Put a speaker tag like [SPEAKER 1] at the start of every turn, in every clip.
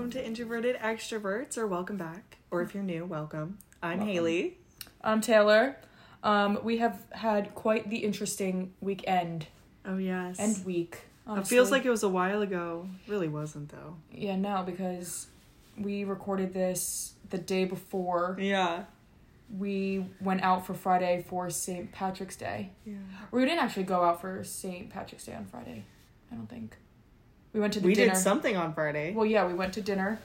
[SPEAKER 1] introverted extroverts, or welcome back. Or if you're new, welcome. I'm
[SPEAKER 2] Welcome.
[SPEAKER 1] Haley.
[SPEAKER 3] I'm Taylor. Um, we have had quite the interesting weekend
[SPEAKER 1] Oh, yes. Oh,
[SPEAKER 3] and week.
[SPEAKER 1] it
[SPEAKER 3] honestly.
[SPEAKER 1] feels like it was a while ago. Really wasn't, though.
[SPEAKER 3] yeah, now because we recorded this the day before
[SPEAKER 1] Yeah.
[SPEAKER 3] we went out for Friday for St. Patrick's Day.
[SPEAKER 1] Yeah.
[SPEAKER 3] We didn't actually go out for St. Patrick's Day on Friday. I don't think we went to the
[SPEAKER 1] We
[SPEAKER 3] dinner.
[SPEAKER 1] did something on Friday.
[SPEAKER 3] Well, yeah, we went to dinner.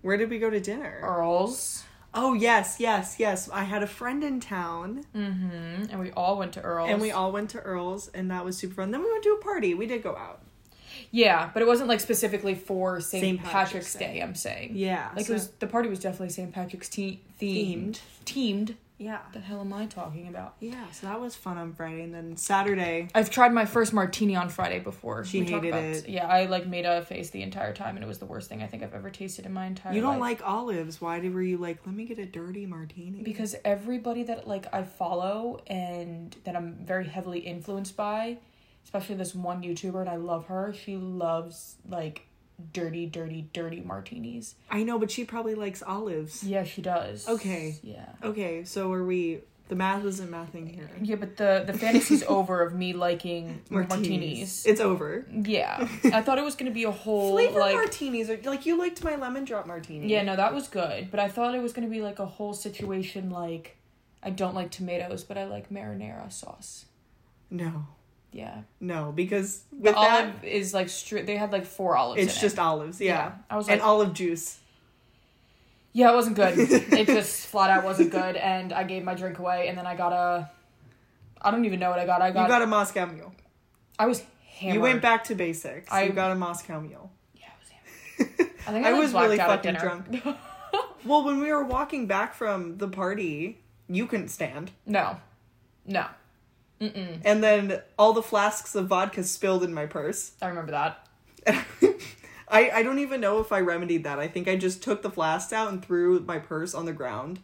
[SPEAKER 1] Where did we go to dinner?
[SPEAKER 3] Earl's.
[SPEAKER 1] Oh, yes, yes, yes. I had a friend in town,
[SPEAKER 3] Mm-hmm. And we all went to Earl's.
[SPEAKER 1] and we all went to Earl's, and that was super fun. Then we went to a party. We did go out.
[SPEAKER 3] Yeah, but it wasn't like specifically for
[SPEAKER 1] St.
[SPEAKER 3] St.
[SPEAKER 1] Patrick's
[SPEAKER 3] Patrick's, Day. I'm saying.
[SPEAKER 1] Yeah.
[SPEAKER 3] Like
[SPEAKER 1] so-
[SPEAKER 3] it was the party was definitely St. Patrick's te- themed.
[SPEAKER 1] Themed.
[SPEAKER 3] Teamed.
[SPEAKER 1] Yeah.
[SPEAKER 3] What the hell am I talking about?
[SPEAKER 1] Yeah, so that was fun on Friday. And then Saturday,
[SPEAKER 3] I've tried my first martini on Friday before.
[SPEAKER 1] She
[SPEAKER 3] talked
[SPEAKER 1] hated
[SPEAKER 3] about
[SPEAKER 1] it.
[SPEAKER 3] this. Yeah, I like made a face the entire time, and it was the worst thing I think I've ever tasted in my entire.
[SPEAKER 1] you don't
[SPEAKER 3] life.
[SPEAKER 1] like olives. Why did- were you like, let me get a dirty martini?
[SPEAKER 3] because everybody that like I follow and that I'm very heavily influenced by, especially this one YouTuber, and I love her. She loves like dirty, dirty, dirty martinis.
[SPEAKER 1] I know, but she probably likes olives.
[SPEAKER 3] Yeah, she does.
[SPEAKER 1] Okay.
[SPEAKER 3] Yeah.
[SPEAKER 1] Okay, so are we? The math isn't mathing here.
[SPEAKER 3] Yeah, but the the fantasy's over of me liking martinis.
[SPEAKER 1] It's over.
[SPEAKER 3] Yeah, I thought it was gonna be a whole
[SPEAKER 1] Flavor
[SPEAKER 3] like.
[SPEAKER 1] martinis are like you liked my lemon drop martini.
[SPEAKER 3] yeah, no, that was good, but I thought it was gonna be like a whole situation like, I don't like tomatoes, but I like marinara sauce.
[SPEAKER 1] No,
[SPEAKER 3] Yeah,
[SPEAKER 1] no, because
[SPEAKER 3] the
[SPEAKER 1] with that,
[SPEAKER 3] olive is like stri- They had like four olives.
[SPEAKER 1] it's
[SPEAKER 3] in
[SPEAKER 1] just
[SPEAKER 3] It.
[SPEAKER 1] olives. Yeah.
[SPEAKER 3] Yeah, I was
[SPEAKER 1] and
[SPEAKER 3] like-
[SPEAKER 1] olive juice.
[SPEAKER 3] Yeah, it wasn't good. it just flat out wasn't good, and I gave my drink away, and then I got a. I don't even know what I got. I got.
[SPEAKER 1] you got a Moscow Mule.
[SPEAKER 3] I was hammered.
[SPEAKER 1] You went back to basics.
[SPEAKER 3] I-
[SPEAKER 1] you got a Moscow Mule.
[SPEAKER 3] Yeah, I was hammered. I think I,
[SPEAKER 1] I
[SPEAKER 3] like,
[SPEAKER 1] was really
[SPEAKER 3] blacked out at
[SPEAKER 1] fucking
[SPEAKER 3] dinner.
[SPEAKER 1] drunk. Well, when we were walking back from the party, you couldn't stand.
[SPEAKER 3] No, no. Mm.
[SPEAKER 1] And then all the flasks of vodka spilled in my purse.
[SPEAKER 3] I remember that.
[SPEAKER 1] I, I don't even know if I remedied that. I think I just took the flask out and threw my purse on the ground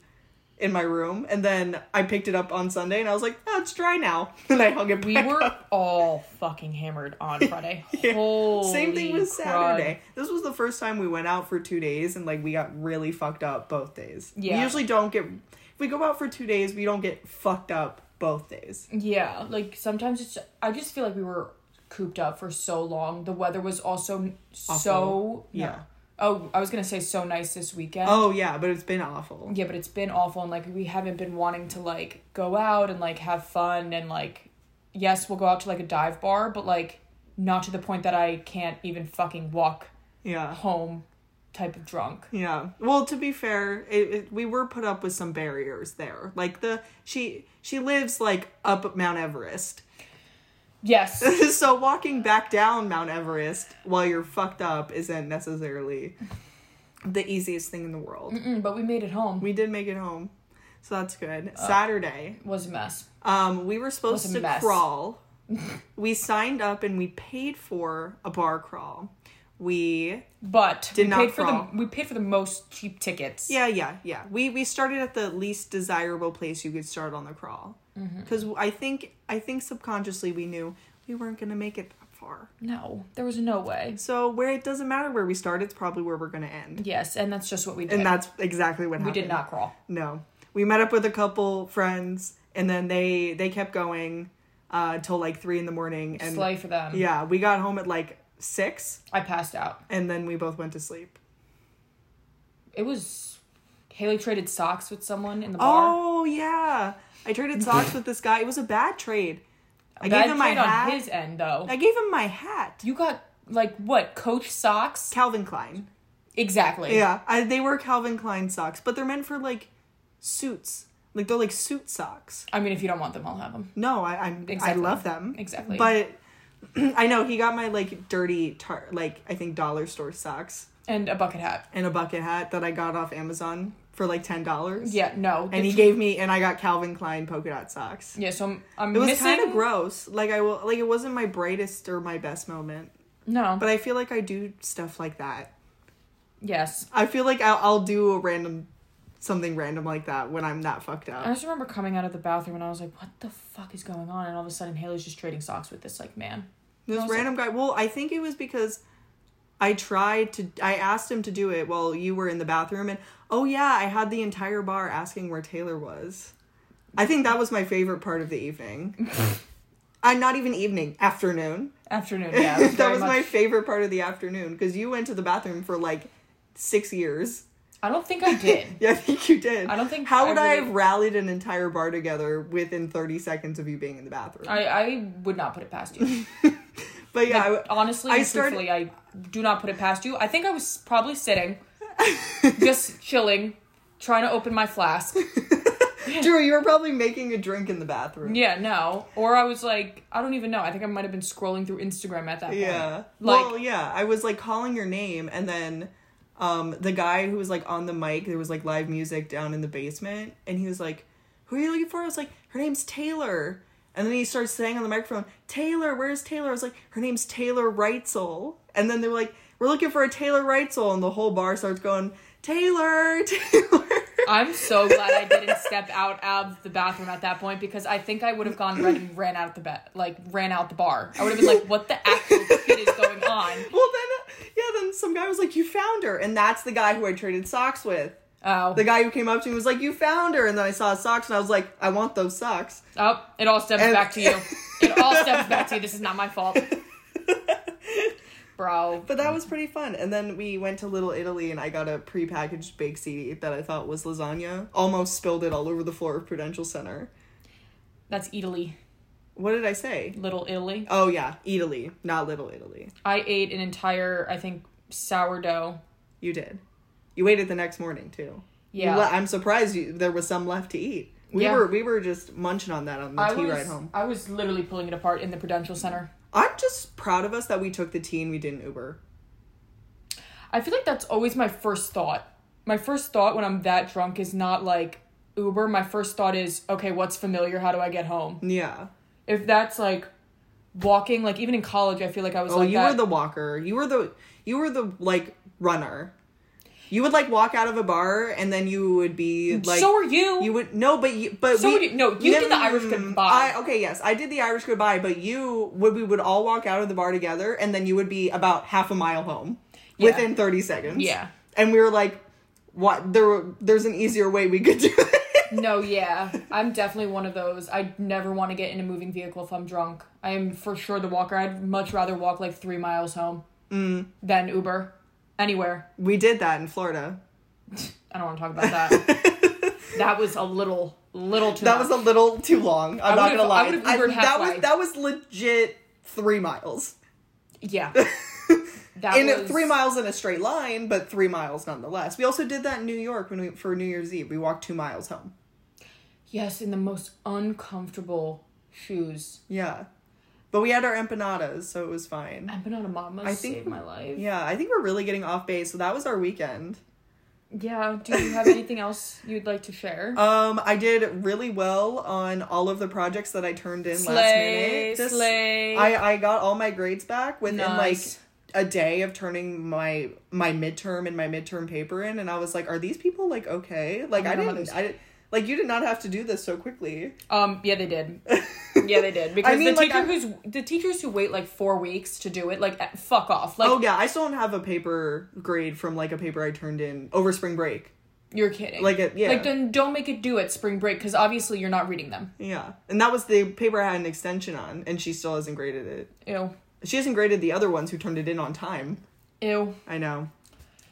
[SPEAKER 1] in my room. And then I picked it up on Sunday and I was like, oh, it's dry now. And I hung it
[SPEAKER 3] We
[SPEAKER 1] back
[SPEAKER 3] were
[SPEAKER 1] up.
[SPEAKER 3] all fucking hammered on Friday.
[SPEAKER 1] Yeah.
[SPEAKER 3] Holy
[SPEAKER 1] Same thing with
[SPEAKER 3] crud.
[SPEAKER 1] Saturday. This was the first time we went out for two days and like we got really fucked up both days. We
[SPEAKER 3] Yeah.
[SPEAKER 1] usually don't get, if we go out for two days, we don't get fucked up both days.
[SPEAKER 3] Yeah, like sometimes it's. I just feel like we were cooped up for so long. The weather was also so.
[SPEAKER 1] Awful.
[SPEAKER 3] no.
[SPEAKER 1] Yeah.
[SPEAKER 3] Oh, I was gonna say so nice this weekend.
[SPEAKER 1] Oh, yeah, but it's been awful.
[SPEAKER 3] Yeah, but it's been awful, and like we haven't been wanting to like go out and like have fun and like, yes, we'll go out to like a dive bar, but like not to the point that I can't even fucking walk
[SPEAKER 1] Yeah.
[SPEAKER 3] home, type of drunk.
[SPEAKER 1] Yeah. Well, to be fair, it, it, we were put up with some barriers there. Like the she she lives like up Mount Everest.
[SPEAKER 3] Yes.
[SPEAKER 1] so walking back down Mount Everest while you're fucked up isn't necessarily the easiest thing in the world.
[SPEAKER 3] Mm, but we made it home.
[SPEAKER 1] We did make it home. So that's good. Saturday,
[SPEAKER 3] was a mess.
[SPEAKER 1] um we were supposed
[SPEAKER 3] was a
[SPEAKER 1] to
[SPEAKER 3] mess.
[SPEAKER 1] crawl. we signed up and we paid for a bar crawl. We
[SPEAKER 3] But
[SPEAKER 1] Did
[SPEAKER 3] we
[SPEAKER 1] not
[SPEAKER 3] paid for
[SPEAKER 1] crawl.
[SPEAKER 3] the we paid for the most cheap tickets.
[SPEAKER 1] Yeah, yeah, yeah. We we started at the least desirable place you could start on the crawl,
[SPEAKER 3] Mm-hmm.
[SPEAKER 1] because I think I think subconsciously we knew we weren't gonna make it that far.
[SPEAKER 3] No, there was no way.
[SPEAKER 1] So where it doesn't matter where we start, it's probably where we're gonna end.
[SPEAKER 3] Yes, and that's just what we did.
[SPEAKER 1] And that's exactly what
[SPEAKER 3] we
[SPEAKER 1] happened.
[SPEAKER 3] did not crawl.
[SPEAKER 1] No, we met up with a couple friends, and then they they kept going uh, till like three in the morning, and
[SPEAKER 3] Slay for them.
[SPEAKER 1] yeah, we got home at like six,
[SPEAKER 3] I passed out.
[SPEAKER 1] and then we both went to sleep.
[SPEAKER 3] It was Haley traded socks with someone in the bar.
[SPEAKER 1] Oh yeah, I traded socks with this guy. It was a bad trade. I
[SPEAKER 3] Bad
[SPEAKER 1] gave him my
[SPEAKER 3] trade on
[SPEAKER 1] hat.
[SPEAKER 3] his end though.
[SPEAKER 1] I gave him my hat.
[SPEAKER 3] you got like what Coach socks?
[SPEAKER 1] Calvin Klein.
[SPEAKER 3] Exactly.
[SPEAKER 1] Yeah, I, they were Calvin Klein socks, but they're meant for like suits. Like they're like suit socks.
[SPEAKER 3] I mean, if you don't want them, I'll have them.
[SPEAKER 1] No, I I'm,
[SPEAKER 3] Exactly.
[SPEAKER 1] I love them.
[SPEAKER 3] Exactly.
[SPEAKER 1] But I know he got my like dirty tar- like I think dollar store socks
[SPEAKER 3] And a bucket hat.
[SPEAKER 1] and a bucket hat that I got off Amazon for like ten dollars.
[SPEAKER 3] Yeah. No.
[SPEAKER 1] And he gave me and I got Calvin Klein polka dot socks.
[SPEAKER 3] Yeah. So I'm. I'm
[SPEAKER 1] It was
[SPEAKER 3] missing.
[SPEAKER 1] kind of gross. Like I will like it wasn't my brightest or my best moment,
[SPEAKER 3] No.
[SPEAKER 1] but I feel like I do stuff like that.
[SPEAKER 3] yes.
[SPEAKER 1] I feel like I'll, I'll do a random something random like that when I'm not fucked
[SPEAKER 3] I
[SPEAKER 1] up.
[SPEAKER 3] just remember coming out of the bathroom and I was like, "What the fuck is going on?" And all of a sudden, Haley's just trading socks with this like man.
[SPEAKER 1] This
[SPEAKER 3] was
[SPEAKER 1] random guy. Well, I think it was because I tried to I asked him to do it while you were in the bathroom and oh yeah, I had the entire bar asking where Taylor was. I think that was my favorite part of the evening. I'm not even evening, afternoon.
[SPEAKER 3] Afternoon, yeah. That's
[SPEAKER 1] that was my favorite part of the afternoon because you went to the bathroom for like 6 years.
[SPEAKER 3] I don't think I did.
[SPEAKER 1] Yeah, I think you did.
[SPEAKER 3] I don't think
[SPEAKER 1] How would I,
[SPEAKER 3] really-
[SPEAKER 1] have rallied an entire bar together within 30 seconds of you being in the bathroom?
[SPEAKER 3] I, I would not put it past you.
[SPEAKER 1] but yeah, I w-
[SPEAKER 3] Honestly,
[SPEAKER 1] I
[SPEAKER 3] and
[SPEAKER 1] started-
[SPEAKER 3] truthfully, I do not put it past you. I think I was probably sitting, just chilling, trying to open my flask.
[SPEAKER 1] Drew, you were probably making a drink in the bathroom.
[SPEAKER 3] Yeah, no. Or I was like, I don't even know. I think I might have been scrolling through Instagram at that point.
[SPEAKER 1] Yeah.
[SPEAKER 3] Like,
[SPEAKER 1] well, yeah, I was like calling your name and then um the guy who was like on the mic, there was like live music down in the basement and he was like, "Who are you looking for?" I was like, "Her name's Taylor." And then he starts saying on the microphone, "Taylor, where's Taylor?" I was like, "Her name's Taylor Reitzel." And then they were like, "We're looking for a Taylor Reitzel." And the whole bar starts going, "Taylor, Taylor."
[SPEAKER 3] I'm so glad I didn't step out of the bathroom at that point because I think I would have gone red and ran out the bed, like ran out the bar. I would have been like, "What the actual shit is going on?"
[SPEAKER 1] well, then uh, yeah, then some guy was like, "You found her." And that's the guy who I traded socks with.
[SPEAKER 3] Oh,
[SPEAKER 1] the guy who came up to me was like, "You found her," and then I saw socks, and I was like, "I want those socks."
[SPEAKER 3] oh, it all stems
[SPEAKER 1] And-
[SPEAKER 3] back to you. It all stems back to you. This is not my fault, bro.
[SPEAKER 1] But that was pretty fun. And then we went to Little Italy, and I got a prepackaged baked CD that I thought was lasagna. Almost spilled it all over the floor of Prudential Center.
[SPEAKER 3] That's Italy,
[SPEAKER 1] What did I say?
[SPEAKER 3] Little Italy.
[SPEAKER 1] Oh yeah, Italy, not Little Italy.
[SPEAKER 3] I ate an entire, I think, sourdough.
[SPEAKER 1] You did. You waited the next morning too. You
[SPEAKER 3] Yeah.
[SPEAKER 1] le- I'm surprised you, there was some left to eat. We
[SPEAKER 3] Yeah.
[SPEAKER 1] were we were just munching on that on the
[SPEAKER 3] I
[SPEAKER 1] tea
[SPEAKER 3] was,
[SPEAKER 1] ride home.
[SPEAKER 3] I was literally pulling it apart in the Prudential Center.
[SPEAKER 1] I'm just proud of us that we took the tea and we didn't Uber.
[SPEAKER 3] I feel like that's always my first thought. My first thought when I'm that drunk is not like Uber. My first thought is, okay, what's familiar? How do I get home?
[SPEAKER 1] Yeah.
[SPEAKER 3] If that's like walking, like even in college, I feel like I was
[SPEAKER 1] Oh,
[SPEAKER 3] like
[SPEAKER 1] you
[SPEAKER 3] that.
[SPEAKER 1] were the walker. You were the you were the like runner. You would like walk out of a bar and then you would be like
[SPEAKER 3] so are you.
[SPEAKER 1] you would no, but you but
[SPEAKER 3] So
[SPEAKER 1] we,
[SPEAKER 3] would you- no, you did the Irish
[SPEAKER 1] Mm,
[SPEAKER 3] goodbye.
[SPEAKER 1] I, okay, yes, I did the Irish goodbye, but you would we would all walk out of the bar together and then you would be about half a mile home
[SPEAKER 3] Yeah.
[SPEAKER 1] within thirty seconds.
[SPEAKER 3] Yeah.
[SPEAKER 1] and we were like, what? There were- there's an easier way we could do it.
[SPEAKER 3] no, yeah, I'm definitely one of those. I never want to get in a moving vehicle if I'm drunk. I am for sure the walker. I'd much rather walk like three miles home
[SPEAKER 1] Mm.
[SPEAKER 3] than Uber anywhere.
[SPEAKER 1] we did that in Florida.
[SPEAKER 3] I don't want to talk about that. that was a little, little too.
[SPEAKER 1] That
[SPEAKER 3] much.
[SPEAKER 1] was a little too long. I'm not
[SPEAKER 3] would've-
[SPEAKER 1] gonna
[SPEAKER 3] I
[SPEAKER 1] lie.
[SPEAKER 3] would've
[SPEAKER 1] I-
[SPEAKER 3] Ubered
[SPEAKER 1] that was
[SPEAKER 3] halfway.
[SPEAKER 1] that was legit three miles.
[SPEAKER 3] yeah. That
[SPEAKER 1] in a-
[SPEAKER 3] was
[SPEAKER 1] three miles in a straight line, but three miles nonetheless. We also did that in New York when we for New Year's Eve. We walked two miles home.
[SPEAKER 3] Yes, in the most uncomfortable shoes.
[SPEAKER 1] Yeah, but we had our empanadas, so it was fine.
[SPEAKER 3] I've been on a mama. I
[SPEAKER 1] think-
[SPEAKER 3] saved my life.
[SPEAKER 1] Yeah, I think we're really getting off base. So that was our weekend.
[SPEAKER 3] Yeah. Do you have anything else you'd like to share?
[SPEAKER 1] Um, I did really well on all of the projects that I turned in last
[SPEAKER 3] Slay,
[SPEAKER 1] minute.
[SPEAKER 3] slay.
[SPEAKER 1] I I got all my grades back within
[SPEAKER 3] Nice.
[SPEAKER 1] like a day of turning my my midterm and my midterm paper in, and I was like, "Are these people like okay? Like
[SPEAKER 3] Oh my
[SPEAKER 1] I
[SPEAKER 3] God,
[SPEAKER 1] didn't,
[SPEAKER 3] there's-
[SPEAKER 1] I like you did not have to do this so quickly."
[SPEAKER 3] um. Yeah, they did. Yeah, they did. Because
[SPEAKER 1] mean,
[SPEAKER 3] the
[SPEAKER 1] like,
[SPEAKER 3] teacher
[SPEAKER 1] I-
[SPEAKER 3] who's the teachers who wait like four weeks to do it, like eh, fuck off. Like
[SPEAKER 1] Oh yeah, I still don't have a paper grade from like a paper I turned in over spring break.
[SPEAKER 3] you're kidding.
[SPEAKER 1] Like, it- yeah.
[SPEAKER 3] Like then don't make it do it spring break because obviously you're not reading them.
[SPEAKER 1] Yeah, and that was the paper I had an extension on, and she still hasn't graded it.
[SPEAKER 3] Ew.
[SPEAKER 1] She hasn't graded the other ones who turned it in on time.
[SPEAKER 3] Ew.
[SPEAKER 1] I know,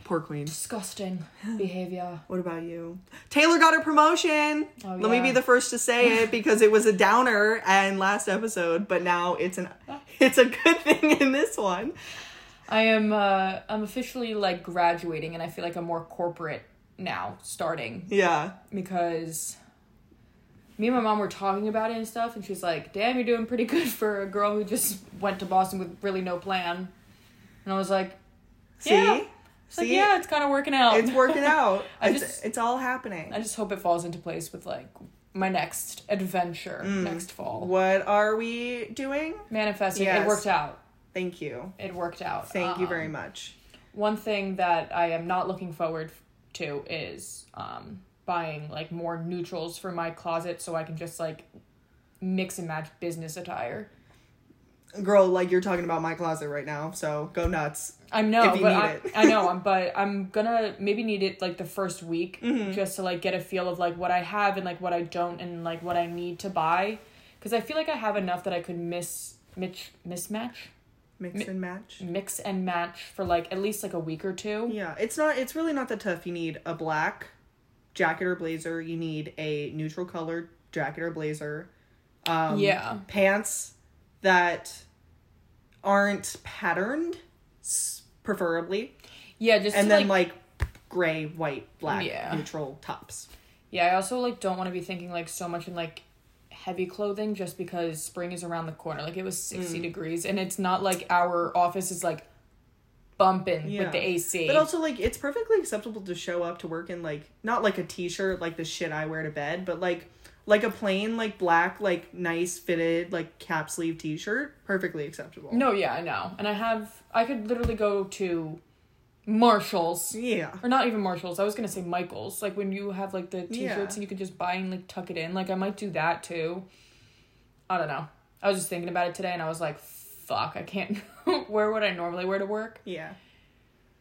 [SPEAKER 1] poor queen.
[SPEAKER 3] Disgusting behavior.
[SPEAKER 1] What about you? Taylor got a promotion.
[SPEAKER 3] Oh,
[SPEAKER 1] Let me
[SPEAKER 3] yeah.
[SPEAKER 1] be the first to say it because it was a downer and last episode, but now it's an
[SPEAKER 3] Oh.
[SPEAKER 1] it's a good thing in this one.
[SPEAKER 3] I am uh I'm officially like graduating and I feel like I'm more corporate now starting
[SPEAKER 1] Yeah,
[SPEAKER 3] because me and my mom were talking about it and stuff, and she's like, "Damn, you're doing pretty good for a girl who just went to Boston with really no plan." And I was like,
[SPEAKER 1] see,
[SPEAKER 3] Yeah. it's like,
[SPEAKER 1] see,
[SPEAKER 3] yeah, it's kind of working out.
[SPEAKER 1] it's working out.
[SPEAKER 3] I
[SPEAKER 1] it's,
[SPEAKER 3] just-
[SPEAKER 1] it's all happening.
[SPEAKER 3] I just hope it falls into place with like my next adventure
[SPEAKER 1] Mm.
[SPEAKER 3] next fall.
[SPEAKER 1] What are we doing?
[SPEAKER 3] Manifesting,
[SPEAKER 1] Yes.
[SPEAKER 3] it worked out.
[SPEAKER 1] Thank you.
[SPEAKER 3] It worked out.
[SPEAKER 1] Thank you
[SPEAKER 3] Um,
[SPEAKER 1] very much.
[SPEAKER 3] One thing that I am not looking forward to is um, buying like more neutrals for my closet so I can just like mix and match business attire.
[SPEAKER 1] girl, like you're talking about my closet right now, so go nuts.
[SPEAKER 3] I know,
[SPEAKER 1] if you
[SPEAKER 3] but
[SPEAKER 1] need
[SPEAKER 3] I,
[SPEAKER 1] it.
[SPEAKER 3] I know, I'm, but I'm gonna maybe need it like the first week
[SPEAKER 1] Mm-hmm.
[SPEAKER 3] just to like get a feel of like what I have and like what I don't and like what I need to buy, because I feel like I have enough that I could miss mitch mismatch
[SPEAKER 1] Mix and match.
[SPEAKER 3] mix and match for like at least like a week or two.
[SPEAKER 1] Yeah, it's not. It's really not that tough. You need a black jacket or blazer. You need a neutral color jacket or blazer. Um,
[SPEAKER 3] Yeah.
[SPEAKER 1] Pants that aren't patterned, s- preferably,
[SPEAKER 3] Yeah, just
[SPEAKER 1] and
[SPEAKER 3] to,
[SPEAKER 1] then
[SPEAKER 3] like,
[SPEAKER 1] like, gray, white, black,
[SPEAKER 3] Yeah.
[SPEAKER 1] neutral tops.
[SPEAKER 3] yeah. I also like don't want to be thinking like so much in like heavy clothing just because spring is around the corner. Like it was
[SPEAKER 1] Mm.
[SPEAKER 3] sixty degrees and it's not like our office is like bumping
[SPEAKER 1] Yeah.
[SPEAKER 3] with the AC.
[SPEAKER 1] But also, like, it's perfectly acceptable to show up to work in like not like a t-shirt, like the shit I wear to bed, but like like a plain like black like nice fitted like cap sleeve t-shirt, perfectly acceptable.
[SPEAKER 3] No, yeah, I know. And I have I could literally go to Marshalls.
[SPEAKER 1] Yeah.
[SPEAKER 3] Or not even Marshalls. I was gonna say Michaels. Like when you have like the t-shirts
[SPEAKER 1] Yeah.
[SPEAKER 3] and you can just buy and like tuck it in. Like I might do that too. I don't know. I was just thinking about it today and I was like, fuck, I can't wear what I normally wear to work.
[SPEAKER 1] Yeah.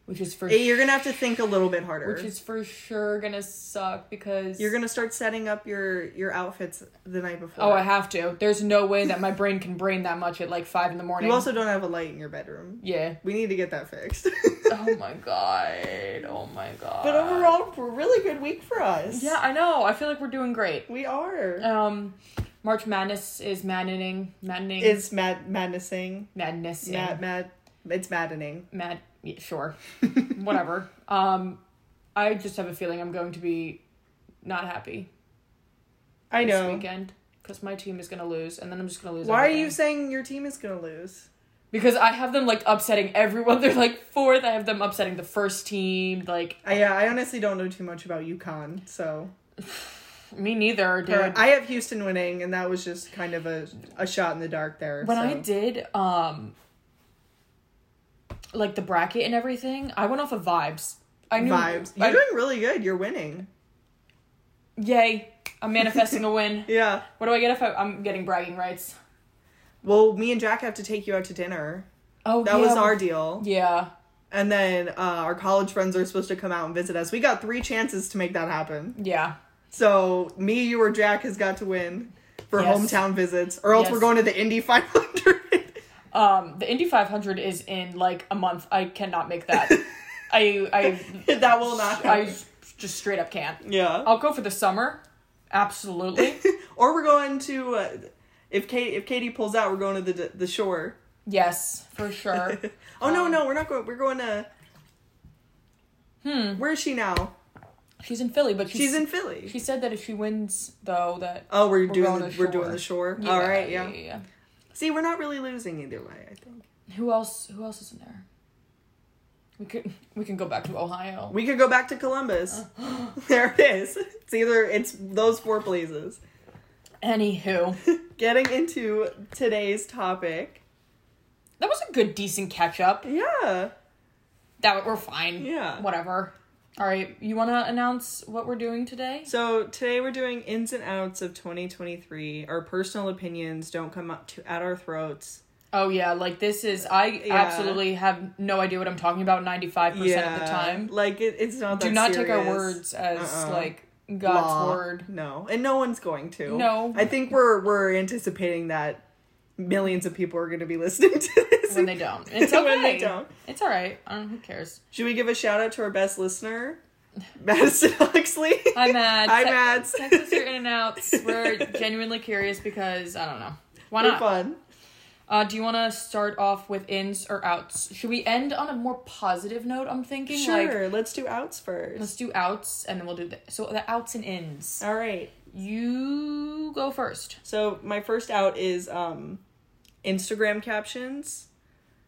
[SPEAKER 3] Which is for
[SPEAKER 1] Eh, You're gonna have to think a little bit harder.
[SPEAKER 3] which is for sure gonna suck because
[SPEAKER 1] You're gonna start setting up your your outfits the night before.
[SPEAKER 3] Oh, I have to. There's no way that my brain can brain that much at like five in the morning.
[SPEAKER 1] You also don't have a light in your bedroom.
[SPEAKER 3] yeah.
[SPEAKER 1] We need to get that fixed.
[SPEAKER 3] Oh my god. Oh my god.
[SPEAKER 1] but overall, a really good week for us.
[SPEAKER 3] Yeah, I know. I feel like we're doing great.
[SPEAKER 1] we are.
[SPEAKER 3] Um, March Madness is maddening, maddening,
[SPEAKER 1] it's mad madnessing.
[SPEAKER 3] madness,
[SPEAKER 1] Mad mad. It's maddening.
[SPEAKER 3] mad. Yeah, sure, whatever. Um, I just have a feeling I'm going to be not happy
[SPEAKER 1] I
[SPEAKER 3] this
[SPEAKER 1] know.
[SPEAKER 3] weekend because my team is going to lose, and then I'm just going to lose.
[SPEAKER 1] Why are
[SPEAKER 3] everything.
[SPEAKER 1] you saying your team is gonna lose?
[SPEAKER 3] Because I have them like upsetting everyone. They're like fourth. I have them upsetting the first team. Like
[SPEAKER 1] I, yeah, I honestly don't know too much about UConn, so
[SPEAKER 3] me neither, dude.
[SPEAKER 1] I have Houston winning, and that was just kind of a a shot in the dark there.
[SPEAKER 3] when
[SPEAKER 1] so.
[SPEAKER 3] I did um like the bracket and everything, I went off of vibes. I knew
[SPEAKER 1] vibes,
[SPEAKER 3] I-
[SPEAKER 1] you're doing really good. You're winning.
[SPEAKER 3] yay! I'm manifesting a win.
[SPEAKER 1] Yeah.
[SPEAKER 3] What do I get if I, I'm getting bragging rights?
[SPEAKER 1] Well, me and Jack have to take you out to dinner.
[SPEAKER 3] Oh,
[SPEAKER 1] That
[SPEAKER 3] yeah.
[SPEAKER 1] was our deal.
[SPEAKER 3] yeah.
[SPEAKER 1] And then uh, our college friends are supposed to come out and visit us. We got three chances to make that happen.
[SPEAKER 3] Yeah.
[SPEAKER 1] So me, you, or Jack has got to win for
[SPEAKER 3] Yes.
[SPEAKER 1] hometown visits, or else
[SPEAKER 3] Yes.
[SPEAKER 1] we're going to the Indy 500.
[SPEAKER 3] Um, the Indy 500 is in like a month. I cannot make that. I I
[SPEAKER 1] that will not
[SPEAKER 3] I
[SPEAKER 1] happen.
[SPEAKER 3] s- just straight up can't.
[SPEAKER 1] yeah.
[SPEAKER 3] I'll go for the summer. Absolutely.
[SPEAKER 1] Or we're going to uh, if Kate if Katie pulls out, we're going to the the shore.
[SPEAKER 3] yes, for sure.
[SPEAKER 1] Oh no,
[SPEAKER 3] Um,
[SPEAKER 1] no, we're not going. We're going to. Hmm. Where is she now?
[SPEAKER 3] She's in Philly, but she's,
[SPEAKER 1] She's in Philly.
[SPEAKER 3] She said that if she wins, though, that
[SPEAKER 1] oh, we're, doing
[SPEAKER 3] going
[SPEAKER 1] the,
[SPEAKER 3] to
[SPEAKER 1] we're doing
[SPEAKER 3] shore.
[SPEAKER 1] the shore. All right, yeah.
[SPEAKER 3] yeah.
[SPEAKER 1] See, we're not really losing either way. I think
[SPEAKER 3] Who else? Who else is in there? We could we can go back to Ohio.
[SPEAKER 1] we could go back to Columbus.
[SPEAKER 3] Uh.
[SPEAKER 1] there it is. It's either it's those four places.
[SPEAKER 3] Anywho,
[SPEAKER 1] Getting into today's topic.
[SPEAKER 3] that was a good, decent catch up.
[SPEAKER 1] Yeah.
[SPEAKER 3] That we're fine.
[SPEAKER 1] Yeah.
[SPEAKER 3] Whatever. All right, you want to announce what we're doing today?
[SPEAKER 1] So today we're doing ins and outs of 2023. Our personal opinions don't come up to at our throats.
[SPEAKER 3] Oh yeah, like this is I
[SPEAKER 1] Yeah.
[SPEAKER 3] absolutely have no idea what I'm talking about ninety five percent of the time.
[SPEAKER 1] Like it, it's not.
[SPEAKER 3] Do
[SPEAKER 1] that
[SPEAKER 3] not take our
[SPEAKER 1] serious.
[SPEAKER 3] words as
[SPEAKER 1] Uh-uh.
[SPEAKER 3] like God's
[SPEAKER 1] Law.
[SPEAKER 3] word.
[SPEAKER 1] No, and no one's going to.
[SPEAKER 3] No.
[SPEAKER 1] I think we're we're anticipating that millions of people are going to be listening to this.
[SPEAKER 3] When they don't, it's okay.
[SPEAKER 1] When they don't.
[SPEAKER 3] it's all right. Um, who cares?
[SPEAKER 1] Should we give a shout out to our best listener, Madison Oxley?
[SPEAKER 3] Hi, Mads.
[SPEAKER 1] Hi,
[SPEAKER 3] Te-
[SPEAKER 1] Mads.
[SPEAKER 3] Text us your in and outs. We're genuinely curious because I don't know. Why
[SPEAKER 1] We're
[SPEAKER 3] not?
[SPEAKER 1] fun.
[SPEAKER 3] Uh, do you want to start off with ins or outs? Should we end on a more positive note? I'm thinking. Like,
[SPEAKER 1] Sure, let's do outs first.
[SPEAKER 3] let's do outs and then we'll do the so the outs and ins.
[SPEAKER 1] All right.
[SPEAKER 3] You go first.
[SPEAKER 1] So my first out is um, Instagram captions,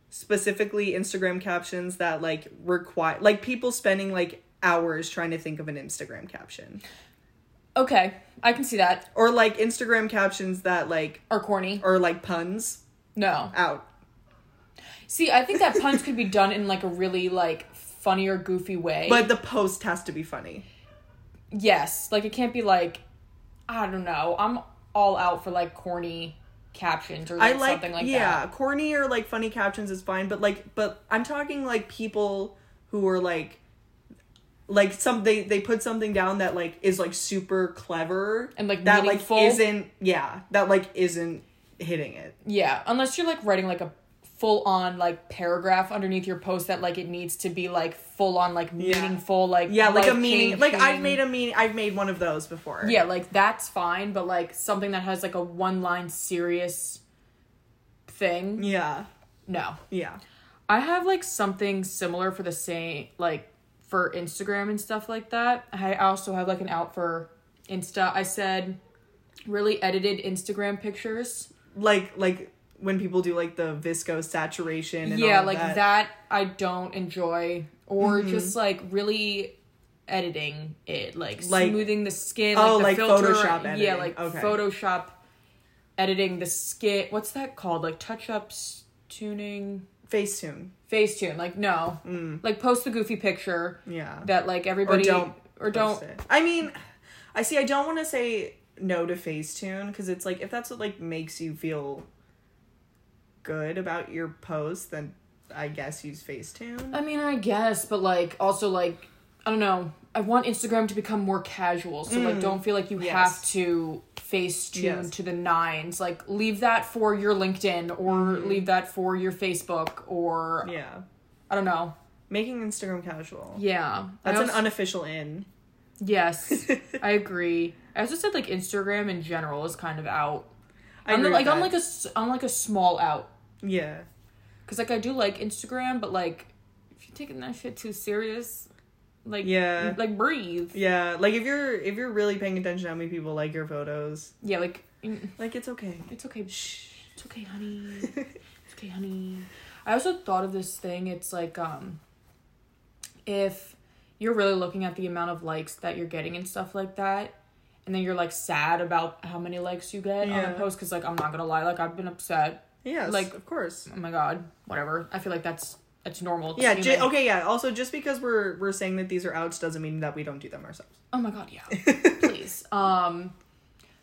[SPEAKER 1] specifically Instagram captions that like require like people spending like hours trying to think of an Instagram caption
[SPEAKER 3] Okay, I can see that.
[SPEAKER 1] or like Instagram captions that like
[SPEAKER 3] Or corny.
[SPEAKER 1] are like puns
[SPEAKER 3] No.
[SPEAKER 1] out.
[SPEAKER 3] See, I think that puns could be done in like a really like funny or goofy way.
[SPEAKER 1] But the post has to be funny.
[SPEAKER 3] yes, like it can't be like I don't know. I'm all out for like corny captions or
[SPEAKER 1] I
[SPEAKER 3] like,
[SPEAKER 1] like,
[SPEAKER 3] something like
[SPEAKER 1] yeah,
[SPEAKER 3] that.
[SPEAKER 1] corny or like funny captions is fine, but like, but I'm talking like people who are like, like some they they put something down that like is like super clever
[SPEAKER 3] And, like,
[SPEAKER 1] that
[SPEAKER 3] meaningful.
[SPEAKER 1] like isn't yeah that like isn't hitting it.
[SPEAKER 3] Yeah, unless you're like writing like a full on like paragraph underneath your post that like it needs to be like full on like meaningful like
[SPEAKER 1] Yeah, like a meaning.
[SPEAKER 3] life-changing-
[SPEAKER 1] Like I've made a mean. I've made one of those before.
[SPEAKER 3] Yeah, like that's fine, but like something that has like a one line serious thing.
[SPEAKER 1] Yeah.
[SPEAKER 3] No.
[SPEAKER 1] Yeah.
[SPEAKER 3] I have like something similar for the same like for Instagram and stuff like that. I also have like an out for Insta. I said really edited Instagram pictures.
[SPEAKER 1] Like like when people do like the visco saturation. And
[SPEAKER 3] yeah,
[SPEAKER 1] all of
[SPEAKER 3] like that.
[SPEAKER 1] that. Mm-hmm.
[SPEAKER 3] I don't enjoy or just like really editing it like,
[SPEAKER 1] Like-
[SPEAKER 3] smoothing the skin
[SPEAKER 1] Oh,
[SPEAKER 3] like, the
[SPEAKER 1] like
[SPEAKER 3] filter
[SPEAKER 1] Photoshop
[SPEAKER 3] yeah
[SPEAKER 1] editing.
[SPEAKER 3] like
[SPEAKER 1] Okay.
[SPEAKER 3] Photoshop editing the skin what's that called like touch ups tuning
[SPEAKER 1] Facetune.
[SPEAKER 3] Facetune like no like post the goofy picture
[SPEAKER 1] Yeah.
[SPEAKER 3] that like everybody
[SPEAKER 1] Mm. don't
[SPEAKER 3] or don't
[SPEAKER 1] Post it. I mean, I see. I don't want to say no to Facetune because it's like if that's what like makes you feel good about your post, then I guess use Facetune.
[SPEAKER 3] I mean, I guess, but like also like I don't know. I want Instagram to become more casual, so like don't feel like you
[SPEAKER 1] Mm. Yes.
[SPEAKER 3] have to face tune
[SPEAKER 1] Yes.
[SPEAKER 3] to the nines. Like leave that for your LinkedIn or leave that for your Facebook or
[SPEAKER 1] Mm-hmm. Yeah.
[SPEAKER 3] I don't know.
[SPEAKER 1] Making Instagram casual.
[SPEAKER 3] Yeah, I
[SPEAKER 1] That's an
[SPEAKER 3] also-
[SPEAKER 1] unofficial in.
[SPEAKER 3] yes. I agree. I also said like Instagram in general is kind of out.
[SPEAKER 1] I
[SPEAKER 3] I'm
[SPEAKER 1] agree
[SPEAKER 3] like
[SPEAKER 1] with
[SPEAKER 3] I'm
[SPEAKER 1] that.
[SPEAKER 3] like a s- I'm like a small out
[SPEAKER 1] yeah.
[SPEAKER 3] because like I do like Instagram, but like if you're taking that shit too serious, like
[SPEAKER 1] Yeah.
[SPEAKER 3] like breathe.
[SPEAKER 1] Yeah, like if you're if you're really paying attention to how many people like your photos,
[SPEAKER 3] Yeah, like mm,
[SPEAKER 1] like it's okay.
[SPEAKER 3] it's okay. Shh, it's okay, honey. it's okay, honey. I also thought of this thing. It's like um, if you're really looking at the amount of likes that you're getting and stuff like that, and then you're like sad about how many likes you get on
[SPEAKER 1] Yeah.
[SPEAKER 3] a post. Cause like I'm not gonna lie, like I've been upset.
[SPEAKER 1] Yes,
[SPEAKER 3] Like-
[SPEAKER 1] like of course.
[SPEAKER 3] Oh my god, whatever. I feel like that's that's normal. It's
[SPEAKER 1] Yeah.
[SPEAKER 3] human.
[SPEAKER 1] J- oh, okay. Yeah. Also, just because we're we're saying that these are outs doesn't mean that we don't do them ourselves.
[SPEAKER 3] Oh my god, yeah. Please. Um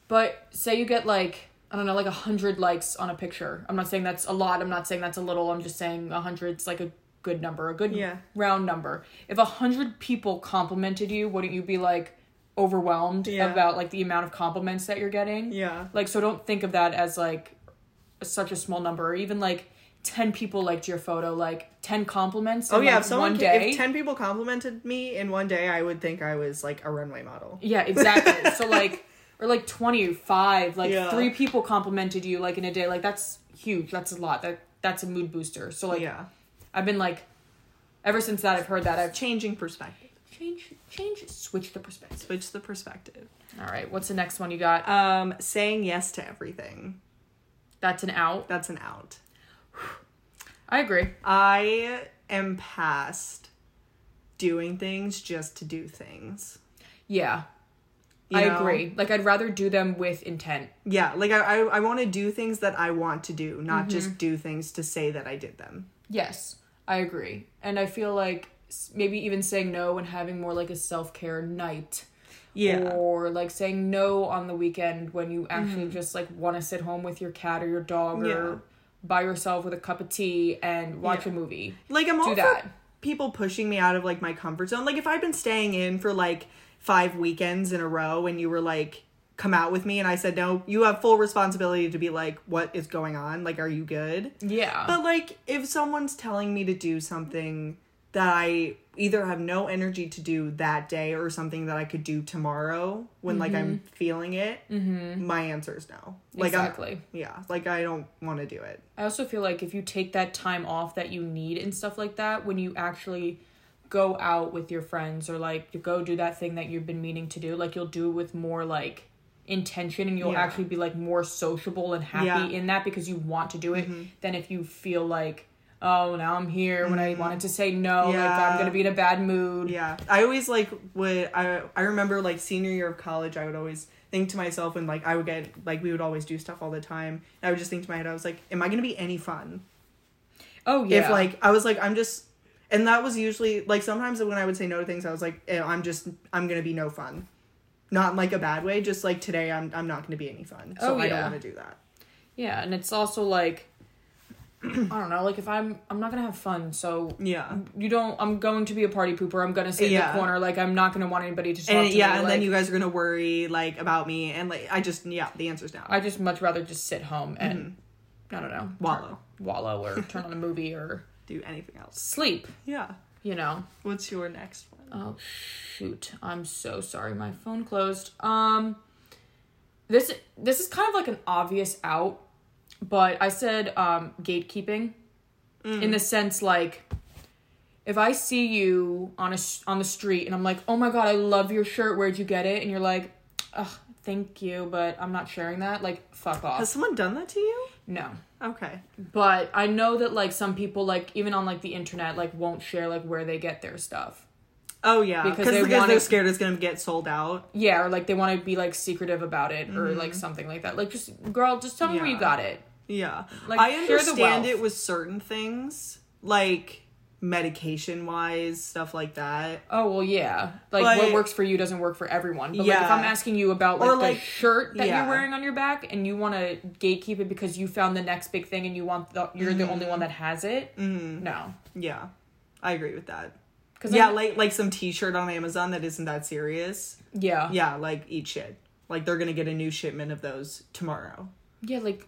[SPEAKER 3] but say you get like I don't know, like a hundred likes on a picture. I'm not saying that's a lot, I'm not saying that's a little, I'm just saying a hundred's like a good number, a good
[SPEAKER 1] Yeah.
[SPEAKER 3] round number. If a hundred people complimented you, wouldn't you be like overwhelmed
[SPEAKER 1] Yeah.
[SPEAKER 3] about like the amount of compliments that you're getting?
[SPEAKER 1] Yeah.
[SPEAKER 3] Like so don't think of that as like such a small number. Or even like ten people liked your photo, like ten compliments.
[SPEAKER 1] Oh
[SPEAKER 3] in,
[SPEAKER 1] yeah.
[SPEAKER 3] like,
[SPEAKER 1] If someone
[SPEAKER 3] one
[SPEAKER 1] ca-
[SPEAKER 3] day-
[SPEAKER 1] if ten people complimented me in one day, I would think I was like a runway model.
[SPEAKER 3] Yeah, exactly. so like or like 25, like
[SPEAKER 1] Yeah.
[SPEAKER 3] three people complimented you like in a day. Like that's huge. That's a lot. That that's a mood booster. So like
[SPEAKER 1] yeah.
[SPEAKER 3] I've been like ever since that I've heard that I've
[SPEAKER 1] Changing perspective.
[SPEAKER 3] change change switch the perspective.
[SPEAKER 1] Switch the perspective.
[SPEAKER 3] All right, what's the next one you got?
[SPEAKER 1] Um, saying yes to everything.
[SPEAKER 3] That's an out.
[SPEAKER 1] That's an out.
[SPEAKER 3] I agree.
[SPEAKER 1] I am past doing things just to do things.
[SPEAKER 3] Yeah.
[SPEAKER 1] You
[SPEAKER 3] I
[SPEAKER 1] know?
[SPEAKER 3] agree. Like I'd rather do them with intent.
[SPEAKER 1] Yeah, like I I, I want to do things that I want to do, not just do things to say that I did them.
[SPEAKER 3] Yes, I agree. And I feel like s- maybe even saying no and having more like a self-care night
[SPEAKER 1] Yeah.
[SPEAKER 3] or like saying no on the weekend when you actually just like want to sit home with your cat or your dog
[SPEAKER 1] Mm-hmm. Yeah.
[SPEAKER 3] or by yourself with a cup of tea and watch a
[SPEAKER 1] Yeah.
[SPEAKER 3] movie.
[SPEAKER 1] Like I'm all for
[SPEAKER 3] that.
[SPEAKER 1] people pushing me out of like my comfort zone. Like if I've been staying in for like 5 weekends in a row and you were like come out with me and I said no, you have full responsibility to be like what is going on? Like are you good?
[SPEAKER 3] Yeah.
[SPEAKER 1] But like if someone's telling me to do something that I either have no energy to do that day or something that I could do tomorrow when like I'm feeling it, my answer is no. Like I'm-
[SPEAKER 3] Mm-hmm. exactly.
[SPEAKER 1] yeah, like I don't want to do it.
[SPEAKER 3] I also feel like if you take that time off that you need and stuff like that, when you actually go out with your friends or like you go do that thing that you've been meaning to do, like you'll do it with more like intention and you'll
[SPEAKER 1] Yeah.
[SPEAKER 3] actually be like more sociable and happy
[SPEAKER 1] Yeah. Mm-hmm.
[SPEAKER 3] in that because you want to do it than if you feel like, oh, now I'm here when I wanted to say no, like I'm
[SPEAKER 1] Mm-hmm. Yeah.
[SPEAKER 3] gonna be in a bad mood.
[SPEAKER 1] Yeah, I always like would I I remember like senior year of college, I would always think to myself and like I would get like we would always do stuff all the time. And I would just think to my head, I was like, am I gonna be any fun?
[SPEAKER 3] Oh yeah.
[SPEAKER 1] If like I was like I'm just, and that was usually like sometimes when I would say no to things, I was like eh, I'm just I'm gonna be no fun, not in like a bad way, just like today I'm I'm not gonna be any fun, so
[SPEAKER 3] Oh,
[SPEAKER 1] I don't
[SPEAKER 3] yeah.
[SPEAKER 1] want to do that.
[SPEAKER 3] Yeah, and it's also like I don't know, like if I'm I'm not gonna have fun, so
[SPEAKER 1] Yeah.
[SPEAKER 3] you don't I'm going to be a party pooper, I'm gonna sit in
[SPEAKER 1] Yeah.
[SPEAKER 3] the corner, like I'm not gonna want anybody to talk
[SPEAKER 1] And
[SPEAKER 3] to
[SPEAKER 1] yeah,
[SPEAKER 3] me.
[SPEAKER 1] and
[SPEAKER 3] like,
[SPEAKER 1] then you guys are gonna worry like about me and like I just yeah, the answer's now.
[SPEAKER 3] I just much rather just sit home and I don't know.
[SPEAKER 1] Mm-hmm. Wallow.
[SPEAKER 3] Wallow or turn on a movie or
[SPEAKER 1] Do anything else.
[SPEAKER 3] sleep,
[SPEAKER 1] Yeah.
[SPEAKER 3] you know.
[SPEAKER 1] What's your next one?
[SPEAKER 3] Oh shoot. I'm so sorry. My phone closed. Um this this is kind of like an obvious out, but I said um gatekeeping in the sense like if I see you on a s- on the street and I'm like, "Oh my god, I love your shirt. Where'd you get it?" and you're like, "Ugh, thank you, but I'm not sharing that." Like, fuck off.
[SPEAKER 1] Has someone done that to you?
[SPEAKER 3] No.
[SPEAKER 1] Okay.
[SPEAKER 3] But I know that like some people like even on like the internet like won't share like where they get their stuff.
[SPEAKER 1] Oh yeah.
[SPEAKER 3] Because
[SPEAKER 1] Because
[SPEAKER 3] they
[SPEAKER 1] they
[SPEAKER 3] wanna-
[SPEAKER 1] are scared it's gonna get sold out.
[SPEAKER 3] Yeah, or like they want to be like secretive about it or like something like that. Like just girl, just tell me where you
[SPEAKER 1] Mm-hmm. Yeah.
[SPEAKER 3] got it.
[SPEAKER 1] Yeah.
[SPEAKER 3] Like,
[SPEAKER 1] I
[SPEAKER 3] share the
[SPEAKER 1] understand
[SPEAKER 3] wealth.
[SPEAKER 1] it with certain things, like medication wise, stuff like that.
[SPEAKER 3] Oh well, yeah. Like what
[SPEAKER 1] But-
[SPEAKER 3] works for you doesn't work for everyone. But like if
[SPEAKER 1] Yeah.
[SPEAKER 3] I'm asking you about like,
[SPEAKER 1] Or,
[SPEAKER 3] the
[SPEAKER 1] like-
[SPEAKER 3] shirt that you're
[SPEAKER 1] yeah.
[SPEAKER 3] wearing on your back and you want to gatekeep it because you found the next big thing and you want the you're the only one
[SPEAKER 1] Mm-hmm.
[SPEAKER 3] that has it. No,
[SPEAKER 1] Yeah. I agree with that.
[SPEAKER 3] because
[SPEAKER 1] Mm-hmm. Yeah, like like some t shirt on Amazon that isn't that serious.
[SPEAKER 3] yeah,
[SPEAKER 1] Yeah, like eat shit. Like they're gonna get a new shipment of those tomorrow.
[SPEAKER 3] yeah. Like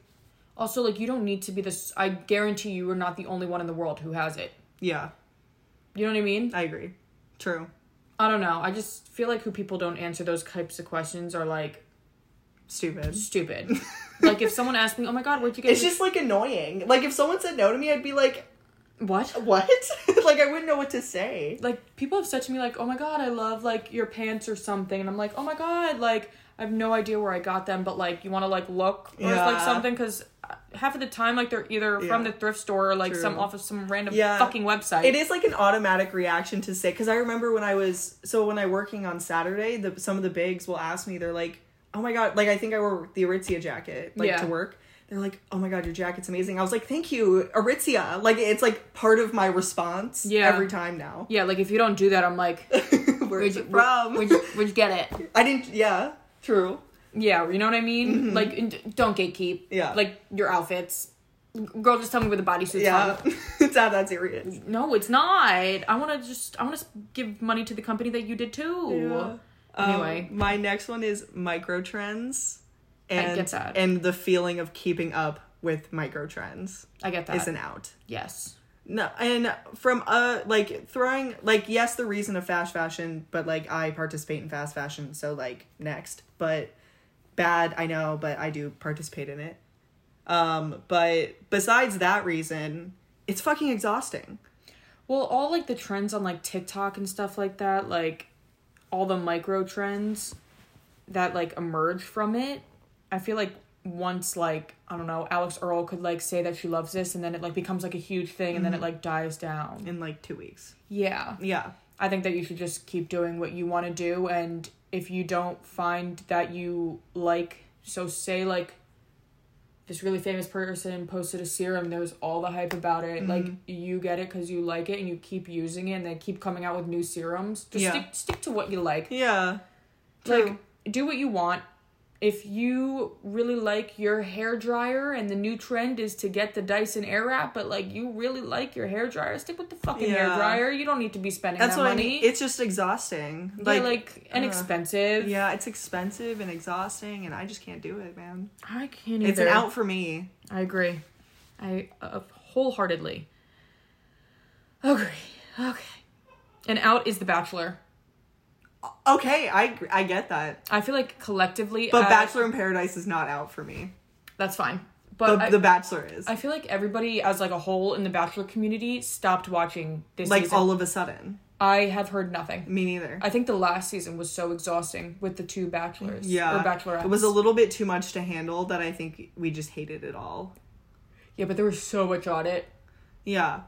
[SPEAKER 3] also like you don't need to be this. I guarantee you are not the only one in the world who has it.
[SPEAKER 1] Yeah,
[SPEAKER 3] You know what I mean?
[SPEAKER 1] I agree. True.
[SPEAKER 3] I don't know. I just feel like who people don't answer those types of questions are like
[SPEAKER 1] Stupid.
[SPEAKER 3] stupid. like if someone asked me, "Oh my god, where'd you get?"
[SPEAKER 1] It's
[SPEAKER 3] your-"
[SPEAKER 1] just like annoying. Like if someone said no to me, I'd be like,
[SPEAKER 3] what?
[SPEAKER 1] what? like I wouldn't know what to say.
[SPEAKER 3] Like people have said to me, like, "Oh my god, I love like your pants or something," and I'm like, "Oh my god, like I have no idea where I got them, but like you want to like look or like
[SPEAKER 1] Yeah.
[SPEAKER 3] something because." Half of the time, like they're either from
[SPEAKER 1] Yeah.
[SPEAKER 3] the thrift store or like
[SPEAKER 1] True.
[SPEAKER 3] some off of some random
[SPEAKER 1] Yeah.
[SPEAKER 3] fucking website.
[SPEAKER 1] It is like an automatic reaction to say because I remember when I was so when I working on Saturday, the some of the bigs will ask me, they're like, "Oh my god!" Like I think I wore the Aritzia jacket like
[SPEAKER 3] Yeah.
[SPEAKER 1] to work. They're like, "Oh my god, your jacket's amazing!" I was like, "Thank you, Aritzia." Like it's like part of my response
[SPEAKER 3] Yeah.
[SPEAKER 1] every time now.
[SPEAKER 3] Yeah, like if you don't do that, I'm like,
[SPEAKER 1] Where's it from?
[SPEAKER 3] Where'd you, where'd you get it?
[SPEAKER 1] I didn't. Yeah, true.
[SPEAKER 3] Yeah, you know what I mean? Like, and don't gatekeep.
[SPEAKER 1] Mm-hmm. Yeah.
[SPEAKER 3] Like, your outfits. Girl, just tell me where the bodysuit's
[SPEAKER 1] Yeah,
[SPEAKER 3] yeah.
[SPEAKER 1] it's not that serious.
[SPEAKER 3] No, it's not. I want to just, I want to give money to the company that you did too.
[SPEAKER 1] Um,
[SPEAKER 3] Anyway.
[SPEAKER 1] my next one is micro trends, and
[SPEAKER 3] get that.
[SPEAKER 1] and the feeling of keeping up with micro trends
[SPEAKER 3] I get that.
[SPEAKER 1] is an out.
[SPEAKER 3] yes.
[SPEAKER 1] No, and from uh like throwing like yes, the reason of fast fashion, but like I participate in fast fashion, so like next, but bad I know, but I do participate in it. Um, but besides that reason, it's fucking exhausting.
[SPEAKER 3] Well, all like the trends on like TikTok and stuff like that, like all the micro trends that like emerge from it, I feel like once like I don't know, Alex Earl could like say that she loves this, and then it like becomes like a huge thing, and then it like dies down.
[SPEAKER 1] In like two weeks,
[SPEAKER 3] Yeah,
[SPEAKER 1] yeah,
[SPEAKER 3] I think that you should just keep doing what you want to do, and if you don't find that you like, so say like this really famous person posted a serum. There's all the hype about it.
[SPEAKER 1] Mm-hmm.
[SPEAKER 3] Like you get it because you like it, and you keep using it, and they keep coming out with new serums. Just
[SPEAKER 1] Yeah.
[SPEAKER 3] stick stick to what you like.
[SPEAKER 1] yeah,
[SPEAKER 3] Like do what you want. If you really like your hair dryer and the new trend is to get the Dyson Airwrap, but like you really like your hair dryer, stick with the fucking hair
[SPEAKER 1] Yeah.
[SPEAKER 3] dryer. You don't need to be spending
[SPEAKER 1] that's
[SPEAKER 3] that
[SPEAKER 1] what
[SPEAKER 3] money.
[SPEAKER 1] I mean. It's just exhausting. Like,
[SPEAKER 3] Like, yeah, like and
[SPEAKER 1] uh,
[SPEAKER 3] expensive.
[SPEAKER 1] yeah, it's expensive and exhausting, and I just can't do it, man.
[SPEAKER 3] I can't
[SPEAKER 1] It's an out for me.
[SPEAKER 3] I agree. I uh, wholeheartedly agree. Okay. An out is The Bachelor.
[SPEAKER 1] Okay, I I get that.
[SPEAKER 3] I feel like collectively,
[SPEAKER 1] But
[SPEAKER 3] as-
[SPEAKER 1] Bachelor in Paradise is not out for me.
[SPEAKER 3] That's fine.
[SPEAKER 1] The,
[SPEAKER 3] But I,
[SPEAKER 1] the Bachelor is.
[SPEAKER 3] I feel like everybody, as like a whole in the Bachelor community, stopped watching this
[SPEAKER 1] like
[SPEAKER 3] season.
[SPEAKER 1] all of a sudden.
[SPEAKER 3] I have heard nothing.
[SPEAKER 1] Me neither.
[SPEAKER 3] I think the last season was so exhausting with the two Bachelors.
[SPEAKER 1] yeah.
[SPEAKER 3] Or Bachelorettes.
[SPEAKER 1] It was a little bit too much to handle that I think we just hated it all.
[SPEAKER 3] yeah, but there was so much on it,
[SPEAKER 1] Yeah.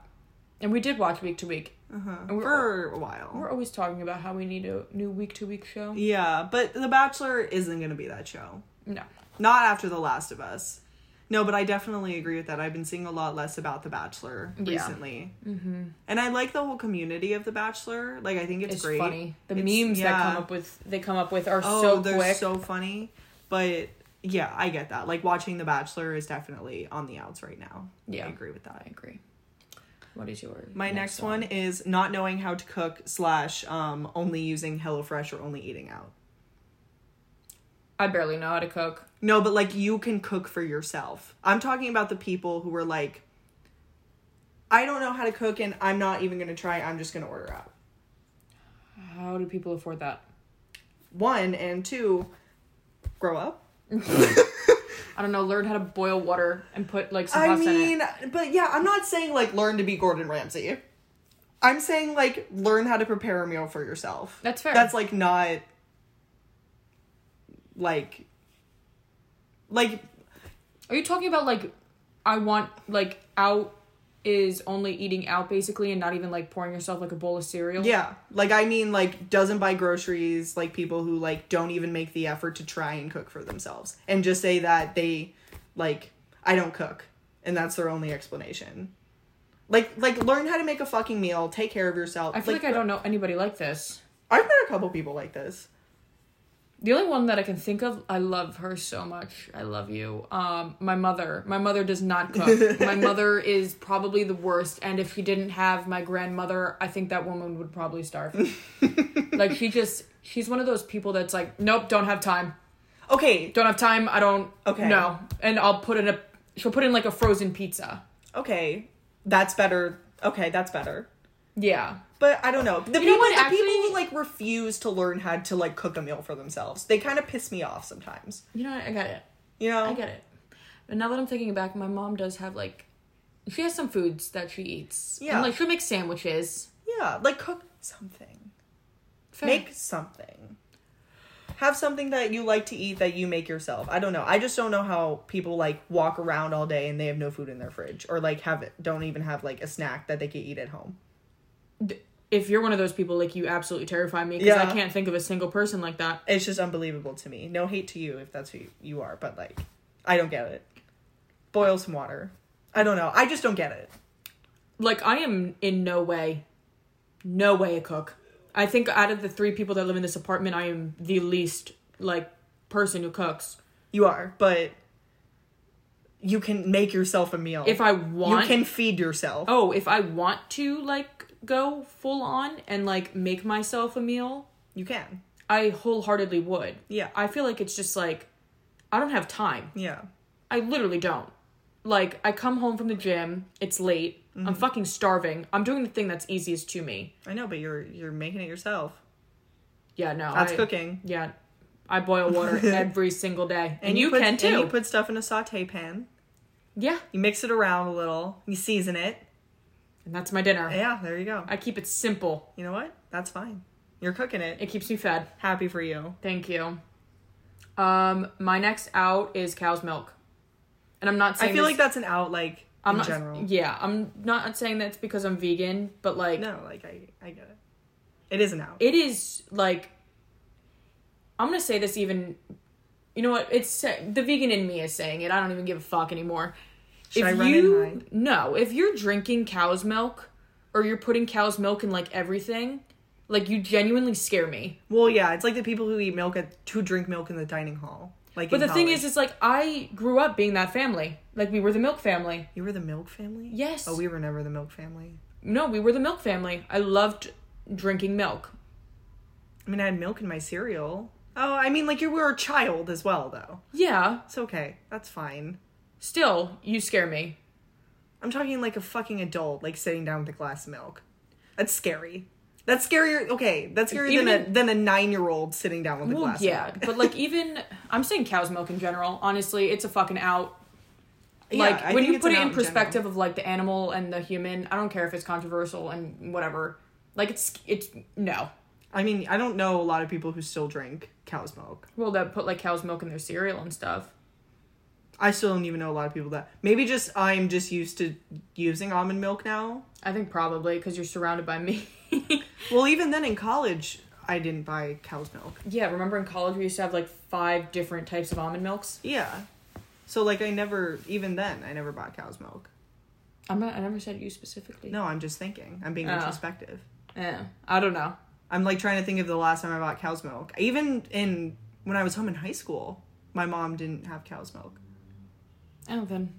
[SPEAKER 3] and we did watch week to week. And we're
[SPEAKER 1] Uh-huh. For a while.
[SPEAKER 3] We're always talking about how we need a new week to week show.
[SPEAKER 1] yeah, but The Bachelor isn't going to be that show.
[SPEAKER 3] No.
[SPEAKER 1] Not after The Last of Us. No, but I definitely agree with that. I've been seeing a lot less about The Bachelor
[SPEAKER 3] Yeah.
[SPEAKER 1] recently. Mm-hmm. And I like the whole community of The Bachelor. Like, I think it's,
[SPEAKER 3] It's
[SPEAKER 1] great.
[SPEAKER 3] funny. The
[SPEAKER 1] It's-
[SPEAKER 3] memes that
[SPEAKER 1] yeah.
[SPEAKER 3] come up with they come up with are
[SPEAKER 1] Oh,
[SPEAKER 3] so
[SPEAKER 1] they're
[SPEAKER 3] quick.
[SPEAKER 1] so funny. But Yeah, I get that. Like watching The Bachelor is definitely on the outs right now.
[SPEAKER 3] Yeah.
[SPEAKER 1] I agree with that.
[SPEAKER 3] I agree. What is yours?
[SPEAKER 1] My next, one is not knowing how to cook slash um only using HelloFresh or only eating out.
[SPEAKER 3] I barely know how to cook.
[SPEAKER 1] No, but like you can cook for yourself. I'm talking about the people who were like, I don't know how to cook and I'm not even gonna try, I'm just gonna order out.
[SPEAKER 3] How do people afford that?
[SPEAKER 1] One and two, grow up.
[SPEAKER 3] I don't know. Learn how to boil water and put like some
[SPEAKER 1] I
[SPEAKER 3] pasta in it.
[SPEAKER 1] mean, but yeah, I'm not saying like learn to be Gordon Ramsay. I'm saying like learn how to prepare a meal for yourself.
[SPEAKER 3] That's fair.
[SPEAKER 1] That's like not like like
[SPEAKER 3] Are you talking about like I want like out is only eating out basically and not even like pouring yourself like a bowl of cereal?
[SPEAKER 1] yeah, like I mean like doesn't buy groceries, like people who like don't even make the effort to try and cook for themselves and just say that they like I don't cook and that's their only explanation. Like like learn how to make a fucking meal, take care of yourself.
[SPEAKER 3] I feel like, I don't know anybody like this.
[SPEAKER 1] I've met a couple people like this.
[SPEAKER 3] The only one that I can think of, I love her so much. I love you. Um, my mother. My mother does not cook. my mother is probably the worst, and if she didn't have my grandmother, I think that woman would probably starve. like she just she's one of those people that's like, Nope, don't have time.
[SPEAKER 1] Okay,
[SPEAKER 3] Don't have time, I don't
[SPEAKER 1] Okay.
[SPEAKER 3] No. And I'll put in a she'll put in like a frozen pizza.
[SPEAKER 1] okay, that's better. Okay, that's better.
[SPEAKER 3] Yeah.
[SPEAKER 1] But I don't know. The people,
[SPEAKER 3] what,
[SPEAKER 1] the people
[SPEAKER 3] actually-
[SPEAKER 1] who like refuse to learn how to like cook a meal for themselves, they kind of piss me off sometimes.
[SPEAKER 3] You know, I got it.
[SPEAKER 1] You know,
[SPEAKER 3] I get it. But now that I'm thinking back, my mom does have like she has some foods that she eats. Yeah.
[SPEAKER 1] Yeah.
[SPEAKER 3] And like she'll make sandwiches.
[SPEAKER 1] yeah, like cook something,
[SPEAKER 3] Fair.
[SPEAKER 1] make something, have something that you like to eat that you make yourself. I don't know. I just don't know how people like walk around all day and they have no food in their fridge or like have don't even have like a snack that they could eat at home.
[SPEAKER 3] if you're one of those people, like you absolutely terrify me because I
[SPEAKER 1] Yeah.
[SPEAKER 3] can't think of a single person like that.
[SPEAKER 1] It's just unbelievable to me. No hate to you if that's who you are, but like, I don't get it. Boil some water. I don't know. I just don't get it.
[SPEAKER 3] Like I am in no way, no way a cook. I think out of the three people that live in this apartment, I am the least like person who cooks.
[SPEAKER 1] You are, but you can make yourself a meal.
[SPEAKER 3] If I
[SPEAKER 1] you
[SPEAKER 3] want,
[SPEAKER 1] can feed yourself.
[SPEAKER 3] oh, if I want to like go full on and like make myself a meal,
[SPEAKER 1] You can.
[SPEAKER 3] I wholeheartedly would.
[SPEAKER 1] Yeah.
[SPEAKER 3] I feel like it's just like I don't have time.
[SPEAKER 1] Yeah.
[SPEAKER 3] I literally don't. Like, I come home from the gym, it's late,
[SPEAKER 1] Mm-hmm.
[SPEAKER 3] I'm fucking starving. I'm doing the thing that's easiest to me.
[SPEAKER 1] I know, but you're you're making it yourself.
[SPEAKER 3] Yeah, no.
[SPEAKER 1] That's
[SPEAKER 3] I-
[SPEAKER 1] cooking.
[SPEAKER 3] Yeah. I boil water every single day. And, you,
[SPEAKER 1] put,
[SPEAKER 3] can too.
[SPEAKER 1] And you put stuff in a saute pan.
[SPEAKER 3] yeah.
[SPEAKER 1] You mix it around a little. You season it.
[SPEAKER 3] And that's my dinner.
[SPEAKER 1] Yeah, there you go.
[SPEAKER 3] I keep it simple.
[SPEAKER 1] You know what? That's fine. You're cooking it.
[SPEAKER 3] It keeps me fed.
[SPEAKER 1] Happy for you.
[SPEAKER 3] Thank you. Um, my next out is cow's milk. And I'm not saying
[SPEAKER 1] I feel
[SPEAKER 3] this-
[SPEAKER 1] like that's an out like
[SPEAKER 3] I'm
[SPEAKER 1] in
[SPEAKER 3] not,
[SPEAKER 1] general.
[SPEAKER 3] Yeah, I'm not saying that's because I'm vegan, but like
[SPEAKER 1] No, like I, I get it. It is an out.
[SPEAKER 3] it is like i'm gonna say this even you know what it's the vegan in me is saying it i don't even give a fuck anymore
[SPEAKER 1] Should I run
[SPEAKER 3] you
[SPEAKER 1] and hide?
[SPEAKER 3] no if you're drinking cow's milk or you're putting cow's milk in like everything like you genuinely scare me
[SPEAKER 1] Well, yeah, it's like the people who eat milk at who drink milk in the dining hall. Like,
[SPEAKER 3] but the thing is it's like i grew up being that family like we were the milk family
[SPEAKER 1] you were the milk family.
[SPEAKER 3] Yes.
[SPEAKER 1] Oh, we were never the milk family.
[SPEAKER 3] no we were the milk family i loved drinking milk
[SPEAKER 1] I mean, I had milk in my cereal. Oh, I mean, like you were a child as well, though.
[SPEAKER 3] yeah
[SPEAKER 1] It's okay. That's fine.
[SPEAKER 3] still you scare me
[SPEAKER 1] I'm talking like a fucking adult, like sitting down with a glass of milk. That's scary. That's scarier. Okay, that's scarier
[SPEAKER 3] Even
[SPEAKER 1] than a
[SPEAKER 3] in-
[SPEAKER 1] than a nine year old sitting down with a
[SPEAKER 3] Well,
[SPEAKER 1] glass.
[SPEAKER 3] yeah,
[SPEAKER 1] of milk.
[SPEAKER 3] but like even I'm saying cow's milk in general. Honestly, it's a fucking out.
[SPEAKER 1] Yeah,
[SPEAKER 3] Like
[SPEAKER 1] I
[SPEAKER 3] when
[SPEAKER 1] think
[SPEAKER 3] you
[SPEAKER 1] it's
[SPEAKER 3] put
[SPEAKER 1] an
[SPEAKER 3] it
[SPEAKER 1] out
[SPEAKER 3] in
[SPEAKER 1] general.
[SPEAKER 3] perspective of like the animal and the human, I don't care if it's controversial and whatever. Like it's it's no.
[SPEAKER 1] I mean, I don't know a lot of people who still drink cow's milk.
[SPEAKER 3] Well, that put like cow's milk in their cereal and stuff.
[SPEAKER 1] I still don't even know a lot of people that. Maybe just I'm just used to using almond milk now.
[SPEAKER 3] I think probably because you're surrounded by me.
[SPEAKER 1] Well, even then in college, I didn't buy cow's milk.
[SPEAKER 3] yeah, remember in college we used to have like five different types of almond milks.
[SPEAKER 1] Yeah. So like I never even then I never bought cow's milk.
[SPEAKER 3] I'm not. I never said you specifically.
[SPEAKER 1] No, I'm just thinking. I'm being
[SPEAKER 3] Oh.
[SPEAKER 1] introspective.
[SPEAKER 3] Eh, I don't know.
[SPEAKER 1] I'm like trying to think of the last time I bought cow's milk. Even in when I was home in high school, My mom didn't have cow's milk.
[SPEAKER 3] Oh, then.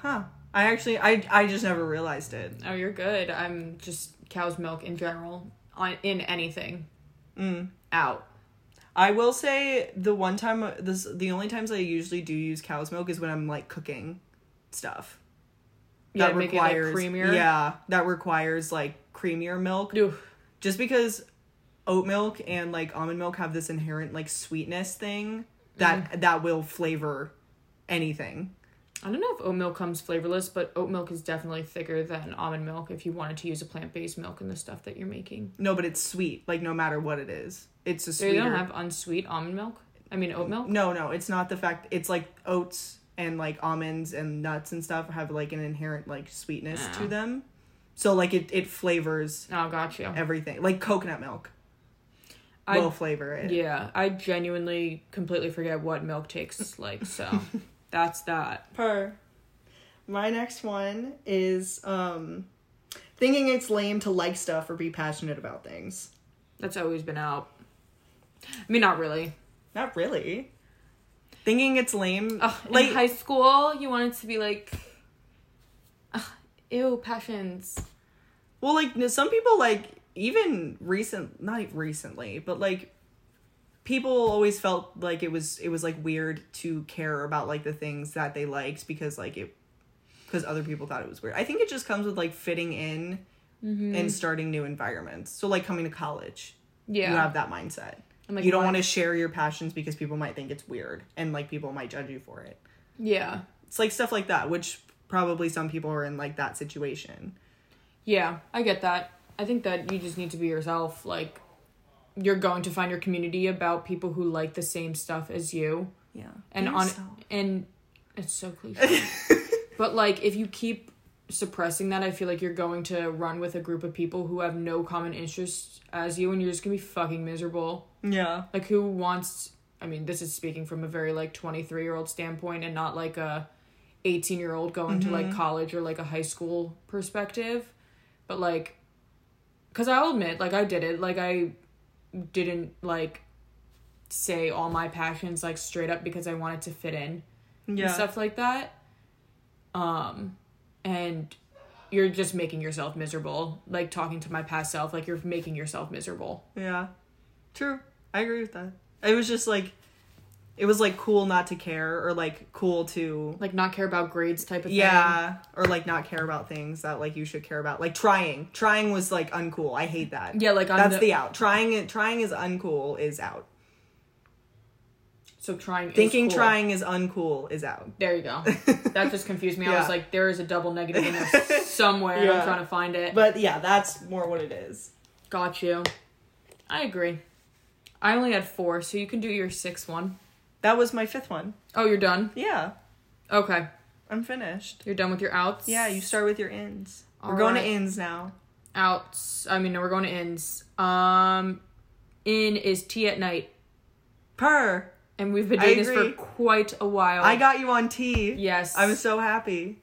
[SPEAKER 1] Huh. I actually I I just never realized it.
[SPEAKER 3] Oh, you're good. I'm just cow's milk in general on in anything.
[SPEAKER 1] Mm.
[SPEAKER 3] Out.
[SPEAKER 1] I will say the one time this the only times I usually do use cow's milk is when I'm like cooking stuff.
[SPEAKER 3] Yeah, make it, like, creamier?
[SPEAKER 1] Yeah, that requires like creamier milk.
[SPEAKER 3] Oof.
[SPEAKER 1] Just because oat milk and like almond milk have this inherent like sweetness thing that
[SPEAKER 3] Mm-hmm.
[SPEAKER 1] that will flavor anything.
[SPEAKER 3] I don't know if oat milk comes flavorless, but oat milk is definitely thicker than almond milk if you wanted to use a plant based milk in the stuff that you're making.
[SPEAKER 1] No, but it's sweet, like no matter what it is. It's a
[SPEAKER 3] So you
[SPEAKER 1] sweeter.
[SPEAKER 3] don't have unsweet almond milk? I mean, oat milk?
[SPEAKER 1] No, no, it's not the fact. It's like oats and like almonds and nuts and stuff have like an inherent like sweetness to
[SPEAKER 3] Oh.
[SPEAKER 1] them. So like it it flavors
[SPEAKER 3] Oh, gotcha.
[SPEAKER 1] everything. Like coconut milk
[SPEAKER 3] I-
[SPEAKER 1] will flavor it.
[SPEAKER 3] Yeah, I genuinely completely forget what milk tastes like, so that's that.
[SPEAKER 1] Per. My next one is um thinking it's lame to like stuff or be passionate about things.
[SPEAKER 3] That's always been out. I mean, not really.
[SPEAKER 1] Not really. Thinking it's lame.
[SPEAKER 3] Ugh,
[SPEAKER 1] like
[SPEAKER 3] in high school, you wanted to be like, ugh, ew, passions.
[SPEAKER 1] Well, like no- some people, like even recent, not e-, recently, but like people always felt like it was it was like weird to care about like the things that they liked because like it because other people thought it was weird. I think it just comes with like fitting in
[SPEAKER 3] Mm-hmm.
[SPEAKER 1] and starting new environments. So like coming to college,
[SPEAKER 3] Yeah.
[SPEAKER 1] you have that mindset.
[SPEAKER 3] I'm like,
[SPEAKER 1] you don't
[SPEAKER 3] why-
[SPEAKER 1] want to share your passions because people might think it's weird and like people might judge you for it.
[SPEAKER 3] Yeah.
[SPEAKER 1] It's like stuff like that, which probably some people are in like that situation.
[SPEAKER 3] Yeah, I get that. I think that you just need to be yourself. Like, you're going to find your community about people who like the same stuff as you.
[SPEAKER 1] Yeah.
[SPEAKER 3] and on and it's so cliche but like if you keep suppressing that i feel like you're going to run with a group of people who have no common interests as you and you're just gonna be fucking miserable
[SPEAKER 1] Yeah.
[SPEAKER 3] like who wants i mean this is speaking from a very like 23 year old standpoint and not like a 18 year old going to like college or like a high school perspective but like because i'll admit like i did it like i didn't like say all my passions like straight up because i wanted to fit in and stuff like that um and you're just making yourself miserable like talking to my past self like you're making yourself miserable
[SPEAKER 1] Yeah. True. I agree with that. It was just like it was like cool not to care or like cool to
[SPEAKER 3] like not care about grades type of thing
[SPEAKER 1] yeah or like not care about things that like you should care about. Like trying. Trying was like uncool. I hate that.
[SPEAKER 3] Yeah, like I'm
[SPEAKER 1] That's
[SPEAKER 3] the-
[SPEAKER 1] the, out. Trying it trying is uncool is out.
[SPEAKER 3] So trying is
[SPEAKER 1] Thinking
[SPEAKER 3] cool.
[SPEAKER 1] trying is uncool is out.
[SPEAKER 3] There you go. That just confused me. I was
[SPEAKER 1] Yeah.
[SPEAKER 3] like, there is a double negative in there somewhere. I'm
[SPEAKER 1] Yeah.
[SPEAKER 3] trying to find it.
[SPEAKER 1] But yeah, that's more what it is.
[SPEAKER 3] Got you. I agree. I only had four, so you can do your sixth one.
[SPEAKER 1] That was my fifth one.
[SPEAKER 3] Oh, you're done.
[SPEAKER 1] Yeah.
[SPEAKER 3] Okay,
[SPEAKER 1] I'm finished.
[SPEAKER 3] you're done with your outs.
[SPEAKER 1] Yeah, you start with your ins.
[SPEAKER 3] All
[SPEAKER 1] We're going
[SPEAKER 3] right.
[SPEAKER 1] to ins now.
[SPEAKER 3] outs. I mean, no, we're going to ins. Um, in is tea at night,
[SPEAKER 1] Per.
[SPEAKER 3] and we've been
[SPEAKER 1] I
[SPEAKER 3] doing this for
[SPEAKER 1] agree.
[SPEAKER 3] quite a while.
[SPEAKER 1] I got you on tea.
[SPEAKER 3] Oh. yes. Mm.
[SPEAKER 1] I was so happy.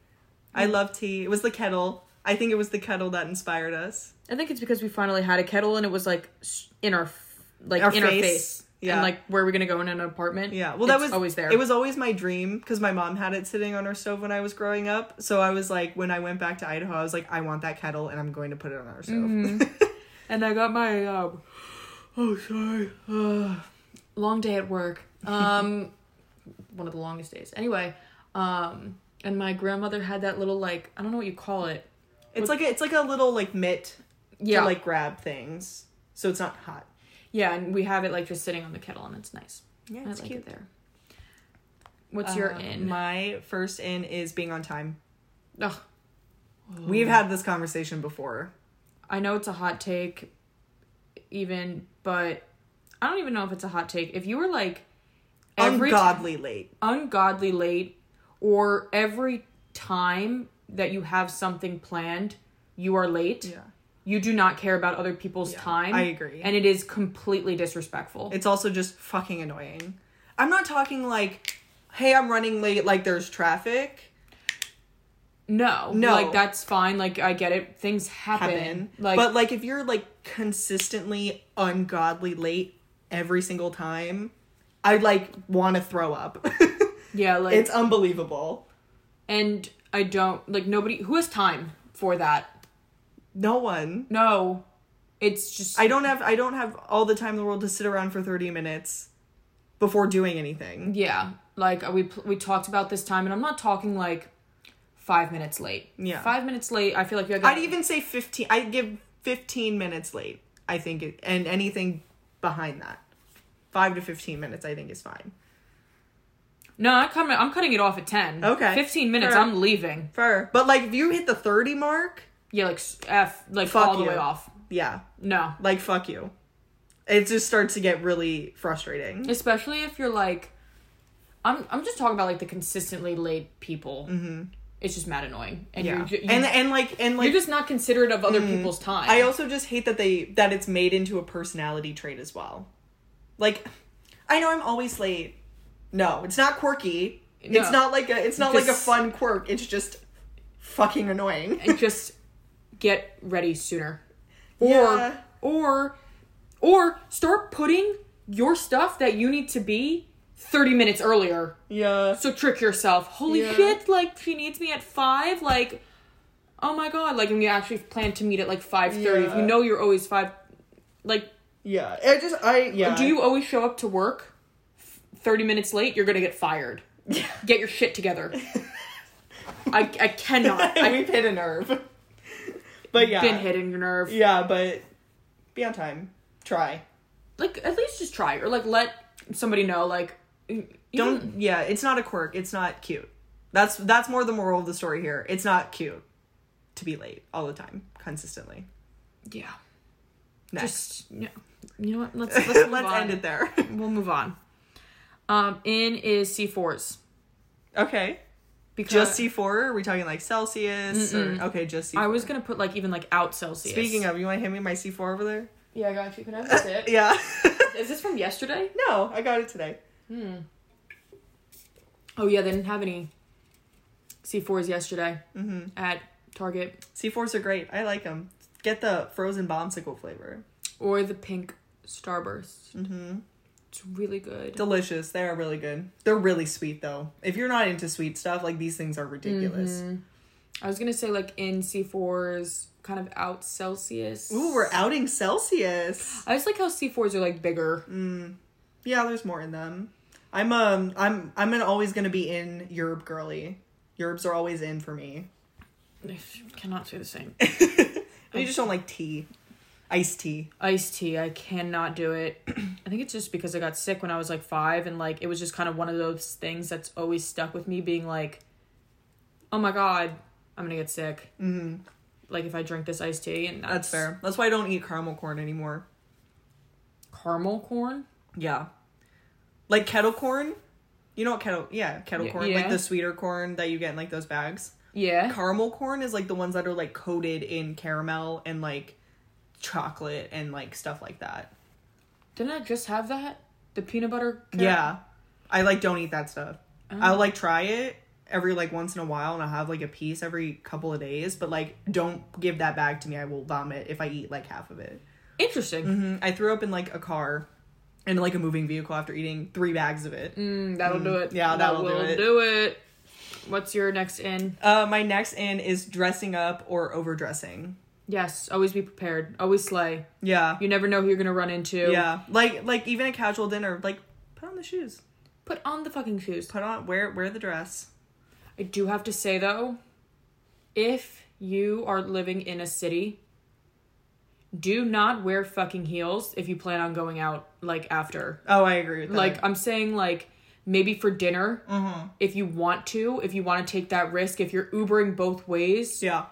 [SPEAKER 1] I love tea. It was the kettle. I think it was the kettle that inspired us.
[SPEAKER 3] I think it's because we finally had a kettle, and it was like s- in our, f- like
[SPEAKER 1] Our
[SPEAKER 3] in our
[SPEAKER 1] face.
[SPEAKER 3] face.
[SPEAKER 1] Yeah.
[SPEAKER 3] And like, where are we gonna go in an apartment?
[SPEAKER 1] Yeah. Well, that
[SPEAKER 3] It's
[SPEAKER 1] was
[SPEAKER 3] always there.
[SPEAKER 1] It was always my dream because my mom had it sitting on her stove when I was growing up. So I was like, when I went back to Idaho, I was like, I want that kettle, and I'm going to put it on our stove.
[SPEAKER 3] Mm-hmm. And I got my um, oh sorry, uh, long day at work. Um, one of the longest days. Anyway, um, and my grandmother had that little like I don't know what you call it.
[SPEAKER 1] it's like a, it's like a little like mitt
[SPEAKER 3] Yeah,
[SPEAKER 1] to like grab things, so it's not hot.
[SPEAKER 3] yeah, and we have it like just sitting on the kettle, and it's nice.
[SPEAKER 1] Yeah,
[SPEAKER 3] I
[SPEAKER 1] it's
[SPEAKER 3] like
[SPEAKER 1] cute.
[SPEAKER 3] it there. What's your
[SPEAKER 1] Um,
[SPEAKER 3] in?
[SPEAKER 1] My first in is being on time.
[SPEAKER 3] Ugh, Oh.
[SPEAKER 1] We've had this conversation before.
[SPEAKER 3] I know it's a hot take, even, but I don't even know if it's a hot take. If you were like every time-
[SPEAKER 1] Ungodly late.
[SPEAKER 3] ungodly late or every time that you have something planned, you are late. You do not care about other people's time.
[SPEAKER 1] I agree.
[SPEAKER 3] And it is completely disrespectful.
[SPEAKER 1] It's also just fucking annoying. I'm not talking like, hey, I'm running late, like there's traffic.
[SPEAKER 3] no.
[SPEAKER 1] No.
[SPEAKER 3] Like that's fine. Like I get it. Things happen.
[SPEAKER 1] Happen.
[SPEAKER 3] Like
[SPEAKER 1] but like if you're like consistently ungodly late every single time, I like want to throw up.
[SPEAKER 3] Yeah, like
[SPEAKER 1] it's unbelievable.
[SPEAKER 3] and I don't like nobody who has time for that.
[SPEAKER 1] No one.
[SPEAKER 3] No. It's just
[SPEAKER 1] I don't have I don't have all the time in the world to sit around for 30 minutes before doing anything.
[SPEAKER 3] yeah. Like we pl- we talked about this time and I'm not talking like 5 minutes late.
[SPEAKER 1] Yeah.
[SPEAKER 3] 5 minutes late, I feel like you're
[SPEAKER 1] I'd even say 15 I'd give 15 minutes late, I think it, and anything behind that. 5 to 15 minutes I think is fine.
[SPEAKER 3] No, I'm coming I'm cutting it off at 10.
[SPEAKER 1] Okay.
[SPEAKER 3] 15 minutes
[SPEAKER 1] Fair.
[SPEAKER 3] I'm leaving.
[SPEAKER 1] Fair. But like if you hit the 30 mark,
[SPEAKER 3] Yeah, like s- F like
[SPEAKER 1] Fuck
[SPEAKER 3] all the
[SPEAKER 1] you.
[SPEAKER 3] way off.
[SPEAKER 1] yeah,
[SPEAKER 3] No.
[SPEAKER 1] like fuck you. It just starts to get really frustrating.
[SPEAKER 3] especially if you're like i'm i'm just talking about like the consistently late people mm-hmm. it's just mad annoying and
[SPEAKER 1] Yeah.
[SPEAKER 3] you're, ju- you,
[SPEAKER 1] and and like and
[SPEAKER 3] you're
[SPEAKER 1] like
[SPEAKER 3] just not considerate of other people's time
[SPEAKER 1] I also just hate that they that it's made into a personality trait as well. Like, I know I'm always late. No, it's not quirky. It's
[SPEAKER 3] No.
[SPEAKER 1] not like a it's not like a
[SPEAKER 3] Just-
[SPEAKER 1] fun quirk. It's just fucking annoying.
[SPEAKER 3] and just get ready sooner or
[SPEAKER 1] Yeah.
[SPEAKER 3] or or start putting your stuff that you need to be 30 minutes earlier
[SPEAKER 1] Yeah.
[SPEAKER 3] so trick yourself holy
[SPEAKER 1] Yeah.
[SPEAKER 3] shit like she needs me at five like oh my god like and you actually plan to meet at like 5.30 if
[SPEAKER 1] Yeah.
[SPEAKER 3] you know you're always five like
[SPEAKER 1] Yeah. I just I yeah.
[SPEAKER 3] Do you always show up to work f- 30 minutes late? You're going to get fired. Get your shit together. I, I cannot. I've
[SPEAKER 1] We've hit a nerve. But yeah.
[SPEAKER 3] been hitting your nerve.
[SPEAKER 1] Yeah, but be on time. Try.
[SPEAKER 3] Like, at least just try. Or, like, let somebody know, like, you-
[SPEAKER 1] Don't yeah, it's not a quirk. It's not cute. That's that's more the moral of the story here. It's not cute to be late all the time, consistently.
[SPEAKER 3] Yeah.
[SPEAKER 1] Next.
[SPEAKER 3] Just, yeah. You know what? Let's, let's, move
[SPEAKER 1] Let's
[SPEAKER 3] on.
[SPEAKER 1] end it there.
[SPEAKER 3] We'll move on. Um, in is C4s.
[SPEAKER 1] okay.
[SPEAKER 3] Because
[SPEAKER 1] Just C4? Are we talking like Celsius? Or, okay, just C4.
[SPEAKER 3] I was going to put, like, even, like, out Celsius.
[SPEAKER 1] Speaking of, you want to hand me my C4 over there?
[SPEAKER 3] Yeah, I got you. Can I have a sip?
[SPEAKER 1] Yeah.
[SPEAKER 3] Is this from yesterday?
[SPEAKER 1] no, I got it today.
[SPEAKER 3] Oh, yeah. They didn't have any C4s yesterday
[SPEAKER 1] Mm-hmm.
[SPEAKER 3] at Target.
[SPEAKER 1] C4s are great. I like them. Get the frozen bombsicle flavor.
[SPEAKER 3] or the pink starburst. Mm-hmm. It's really good.
[SPEAKER 1] Delicious. They are really good. They're really sweet though. If you're not into sweet stuff, like these things are ridiculous.
[SPEAKER 3] Mm. I was gonna say like in C4s, kind of out Celsius.
[SPEAKER 1] Ooh, we're outing Celsius.
[SPEAKER 3] I just like how C4s are like bigger.
[SPEAKER 1] Yeah, there's more in them. I'm um I'm I'm an always gonna be in Europe girly. Europe's are always in for me.
[SPEAKER 3] I cannot say the same.
[SPEAKER 1] You just don't like tea. Iced tea.
[SPEAKER 3] Iced tea, I cannot do it. I think it's just because I got sick when I was like five, and like it was just kind of one of those things that's always stuck with me, being like, "Oh my god, I'm gonna get sick." Mm-hmm. Like if I drink this iced tea, and
[SPEAKER 1] That's
[SPEAKER 3] that's,
[SPEAKER 1] fair. That's why I don't eat caramel corn anymore.
[SPEAKER 3] Caramel corn.
[SPEAKER 1] Yeah. Like kettle corn. You know what kettle yeah, kettle
[SPEAKER 3] Y-
[SPEAKER 1] corn. Like
[SPEAKER 3] yeah.
[SPEAKER 1] the sweeter corn that you get in like those bags.
[SPEAKER 3] Yeah.
[SPEAKER 1] Caramel corn is like the ones that are like coated in caramel and like chocolate and like stuff like that.
[SPEAKER 3] Didn't I just have that? The peanut butter.
[SPEAKER 1] Yeah. I like don't eat that stuff. I'll like try it every like once in a while and I'll have like a piece every couple of days, but like don't give that back to me. I will vomit if I eat like half of it.
[SPEAKER 3] Interesting.
[SPEAKER 1] Mm, I threw up in like a car and like a moving vehicle after eating three bags of it.
[SPEAKER 3] Mm, that'll do it.
[SPEAKER 1] Mm-hmm. yeah, that'll do
[SPEAKER 3] will
[SPEAKER 1] it.
[SPEAKER 3] it. What's your next in?
[SPEAKER 1] Uh, my next in is dressing up or overdressing.
[SPEAKER 3] Yes, always be prepared. Always slay.
[SPEAKER 1] Yeah.
[SPEAKER 3] You never know who you're gonna run into.
[SPEAKER 1] Yeah. Like like even a casual dinner, like put on the shoes.
[SPEAKER 3] Put on the fucking shoes.
[SPEAKER 1] Put on wear wear the dress.
[SPEAKER 3] I do have to say though, if you are living in a city, do not wear fucking heels if you plan on going out like after.
[SPEAKER 1] Oh, I agree with that.
[SPEAKER 3] Like I'm saying, like maybe for dinner, if you want to, if you want to take that risk, if you're Ubering both ways,
[SPEAKER 1] yeah.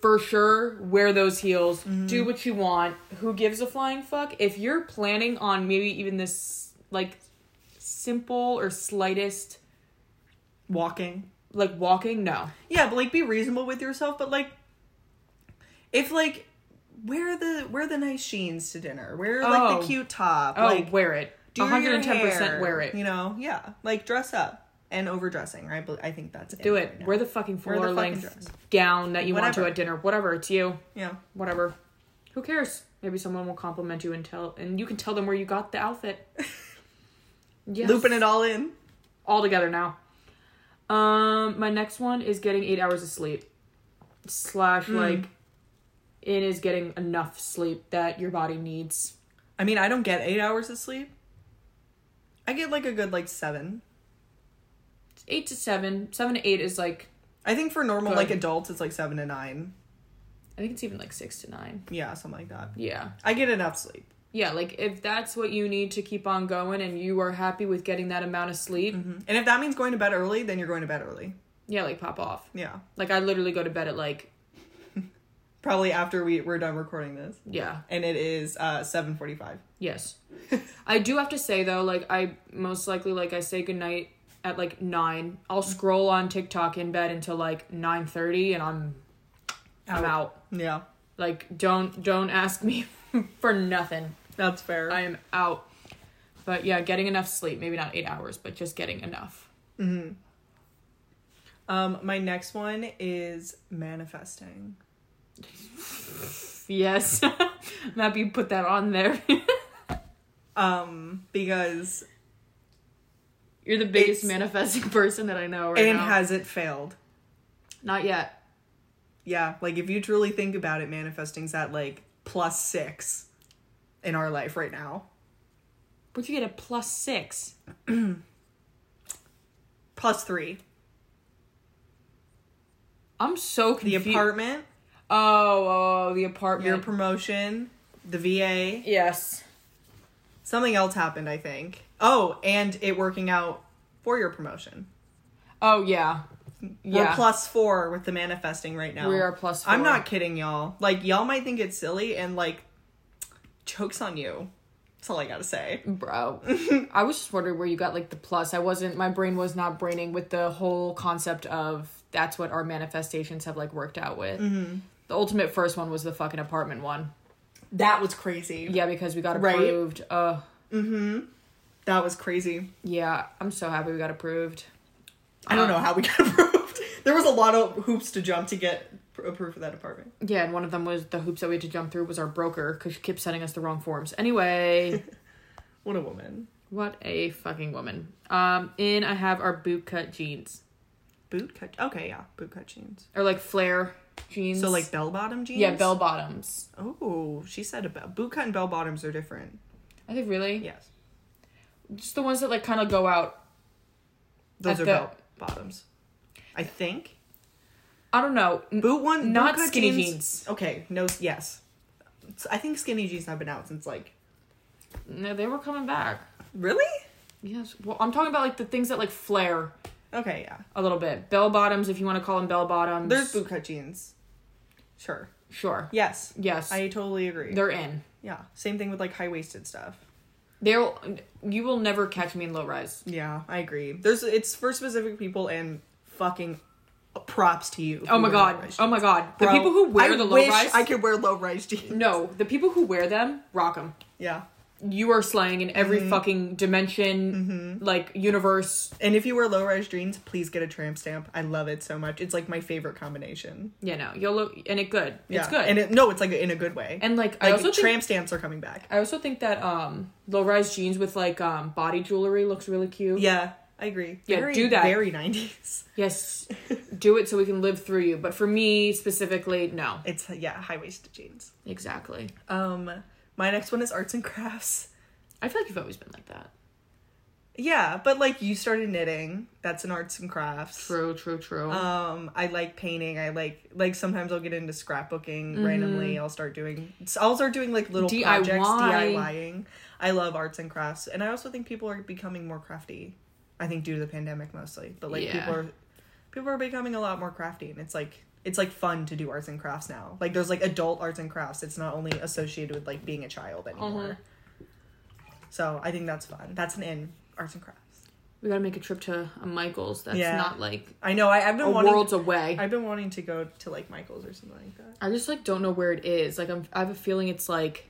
[SPEAKER 3] for sure wear those heels do what you want who gives a flying fuck if you're planning on maybe even this like simple or slightest
[SPEAKER 1] Walking.
[SPEAKER 3] like walking no
[SPEAKER 1] yeah but like be reasonable with yourself but like if like wear the wear the nice sheens to dinner wear like the
[SPEAKER 3] Oh.
[SPEAKER 1] cute top
[SPEAKER 3] oh
[SPEAKER 1] like
[SPEAKER 3] wear it
[SPEAKER 1] do your
[SPEAKER 3] 110%
[SPEAKER 1] hair,
[SPEAKER 3] wear it
[SPEAKER 1] you know yeah like dress up and overdressing right but i think that's it
[SPEAKER 3] do
[SPEAKER 1] right
[SPEAKER 3] it
[SPEAKER 1] now.
[SPEAKER 3] wear the fucking
[SPEAKER 1] the
[SPEAKER 3] floor
[SPEAKER 1] fucking
[SPEAKER 3] length
[SPEAKER 1] dress.
[SPEAKER 3] gown that you want to
[SPEAKER 1] Whatever.
[SPEAKER 3] at dinner whatever it's you
[SPEAKER 1] yeah
[SPEAKER 3] whatever who cares maybe someone will compliment you and tell and you can tell them where you got the outfit Yes.
[SPEAKER 1] Looping it all in.
[SPEAKER 3] all together now. Um, my next one is getting eight hours of sleep, slash
[SPEAKER 1] Hmm.
[SPEAKER 3] like, it is getting enough sleep that your body needs.
[SPEAKER 1] I mean, I don't get eight hours of sleep. I get like a good like seven.
[SPEAKER 3] Eight to seven, seven to eight is like
[SPEAKER 1] I think for normal
[SPEAKER 3] Good.
[SPEAKER 1] like adults, it's like seven to nine.
[SPEAKER 3] I think it's even like six to nine.
[SPEAKER 1] Yeah, something like that.
[SPEAKER 3] Yeah,
[SPEAKER 1] I get enough sleep.
[SPEAKER 3] yeah. Like if that's what you need to keep on going, and you are happy with getting that amount of sleep,
[SPEAKER 1] Mm-hmm. And if that means going to bed early, then you're going to bed early.
[SPEAKER 3] yeah, like pop off.
[SPEAKER 1] Yeah.
[SPEAKER 3] Like I literally go to bed at like
[SPEAKER 1] Probably after we, we're done recording this.
[SPEAKER 3] yeah,
[SPEAKER 1] And it is uh 745.
[SPEAKER 3] Yes. I do have to say though, like I most likely like I say goodnight at like nine. I'll scroll on TikTok in bed until like nine thirty and I'm I'm out.
[SPEAKER 1] Yeah.
[SPEAKER 3] Like don't don't ask me for nothing.
[SPEAKER 1] That's fair.
[SPEAKER 3] I am out. But yeah, getting enough sleep, maybe not eight hours, but just getting enough.
[SPEAKER 1] um, my next one is manifesting.
[SPEAKER 3] Yes. I'm happy you put that on there.
[SPEAKER 1] Um, because
[SPEAKER 3] You're the biggest
[SPEAKER 1] It's-
[SPEAKER 3] manifesting person that Oh, I know right
[SPEAKER 1] and
[SPEAKER 3] now.
[SPEAKER 1] has it failed?
[SPEAKER 3] not yet.
[SPEAKER 1] Yeah, like if you truly think about it, manifesting's at like plus six in our life right now.
[SPEAKER 3] Where'd you get a plus six?
[SPEAKER 1] Plus three.
[SPEAKER 3] I'm so
[SPEAKER 1] The
[SPEAKER 3] confused.
[SPEAKER 1] apartment,
[SPEAKER 3] Oh, oh, the apartment.
[SPEAKER 1] your promotion, the VA.
[SPEAKER 3] yes.
[SPEAKER 1] Something else happened, I think. Oh, and it working out for your promotion.
[SPEAKER 3] Oh yeah.
[SPEAKER 1] We're
[SPEAKER 3] Yeah.
[SPEAKER 1] plus four with the manifesting right now.
[SPEAKER 3] We are plus
[SPEAKER 1] I'm
[SPEAKER 3] four.
[SPEAKER 1] not kidding, y'all. Like, y'all might think it's silly and like, chokes on you. That's all I gotta say.
[SPEAKER 3] Bro, I was just wondering where you got like the plus. I wasn't. My brain was not braining with the whole concept of that's what our manifestations have like worked out with.
[SPEAKER 1] Mm-hmm.
[SPEAKER 3] The ultimate first one was the fucking apartment one.
[SPEAKER 1] That was crazy.
[SPEAKER 3] Yeah, because we got
[SPEAKER 1] Right.
[SPEAKER 3] approved. Uh,
[SPEAKER 1] That was crazy.
[SPEAKER 3] yeah, I'm so happy we got approved.
[SPEAKER 1] I
[SPEAKER 3] Uh,
[SPEAKER 1] don't know how we got approved. There was a lot of hoops to jump to get pr- approved for that apartment.
[SPEAKER 3] Yeah, and one of them was the hoops that we had to jump through was our broker because she kept sending us the wrong forms. Anyway.
[SPEAKER 1] What a woman.
[SPEAKER 3] What a fucking woman. Um, in I have our bootcut jeans
[SPEAKER 1] Bootcut. Okay, yeah, bootcut jeans.
[SPEAKER 3] or like flare jeans.
[SPEAKER 1] So like bell bottom jeans.
[SPEAKER 3] yeah, bell bottoms.
[SPEAKER 1] Oh, she said about bootcut and bell bottoms are different.
[SPEAKER 3] I think really
[SPEAKER 1] Yes,
[SPEAKER 3] just the ones that like kind of go out.
[SPEAKER 1] those
[SPEAKER 3] At
[SPEAKER 1] are
[SPEAKER 3] the-
[SPEAKER 1] bell bottoms. I think
[SPEAKER 3] I don't know. N-
[SPEAKER 1] boot one.
[SPEAKER 3] Not
[SPEAKER 1] bootcut
[SPEAKER 3] skinny jeans.
[SPEAKER 1] Okay, no. Yes, So I think skinny jeans have been out since like
[SPEAKER 3] No, they were coming back.
[SPEAKER 1] really.
[SPEAKER 3] Yes. Well, I'm talking about like the things that like flare
[SPEAKER 1] Okay, yeah.
[SPEAKER 3] a little bit. Bell bottoms, if you want to call them bell bottoms.
[SPEAKER 1] There's bootcut jeans. Sure.
[SPEAKER 3] Sure.
[SPEAKER 1] Yes,
[SPEAKER 3] Yes.
[SPEAKER 1] I totally agree.
[SPEAKER 3] They're in.
[SPEAKER 1] yeah, same thing with like high waisted stuff.
[SPEAKER 3] They'll. You will never catch me in low rise.
[SPEAKER 1] Yeah, I agree. There's it's for specific people and fucking props to you.
[SPEAKER 3] Oh my god. Oh my god. The people who wear the low rise.
[SPEAKER 1] I could wear low rise jeans.
[SPEAKER 3] no, the people who wear them rock them.
[SPEAKER 1] Yeah.
[SPEAKER 3] you are slaying in every fucking dimension, like universe.
[SPEAKER 1] And if you wear low rise jeans, please get a tramp stamp. I love it so much. It's like my favorite combination.
[SPEAKER 3] You know, you'll look and it good.
[SPEAKER 1] Yeah.
[SPEAKER 3] It's good.
[SPEAKER 1] And it, no, it's like in a good way.
[SPEAKER 3] And, like, I
[SPEAKER 1] like
[SPEAKER 3] also think-
[SPEAKER 1] tramp stamps are coming back.
[SPEAKER 3] I also think that um low rise jeans with like um body jewelry looks really cute.
[SPEAKER 1] Yeah, I agree.
[SPEAKER 3] Yeah,
[SPEAKER 1] very,
[SPEAKER 3] do that.
[SPEAKER 1] Very nineties.
[SPEAKER 3] Yes. Do it so we can live through you. But for me specifically, no.
[SPEAKER 1] It's yeah, high waisted jeans.
[SPEAKER 3] Exactly.
[SPEAKER 1] Um, my next one is arts and crafts.
[SPEAKER 3] I feel like you've always been like that.
[SPEAKER 1] Yeah, but like you started knitting. That's an arts and crafts.
[SPEAKER 3] True, true, true.
[SPEAKER 1] Um, I like painting. I like like sometimes I'll get into scrapbooking
[SPEAKER 3] Mm-hmm.
[SPEAKER 1] randomly. I'll start doing I'll start doing like little
[SPEAKER 3] DIY.
[SPEAKER 1] projects, DIYing. I love arts and crafts, and I also think people are becoming more crafty. I think due to the pandemic mostly, but like
[SPEAKER 3] Yeah.
[SPEAKER 1] people are people are becoming a lot more crafty, and it's like it's like fun to do arts and crafts now. Like there's like adult arts and crafts. It's not only associated with like being a child
[SPEAKER 3] Uh-huh.
[SPEAKER 1] anymore. So I think that's fun. That's an in arts and crafts.
[SPEAKER 3] we gotta make a trip to a Michael's that's
[SPEAKER 1] Yeah.
[SPEAKER 3] not like
[SPEAKER 1] I know. I, I've been
[SPEAKER 3] a
[SPEAKER 1] wanting.
[SPEAKER 3] world's away. I,
[SPEAKER 1] I've been wanting to go to like Michael's or something like that.
[SPEAKER 3] just like don't know where it is. Like I'm I have a feeling it's like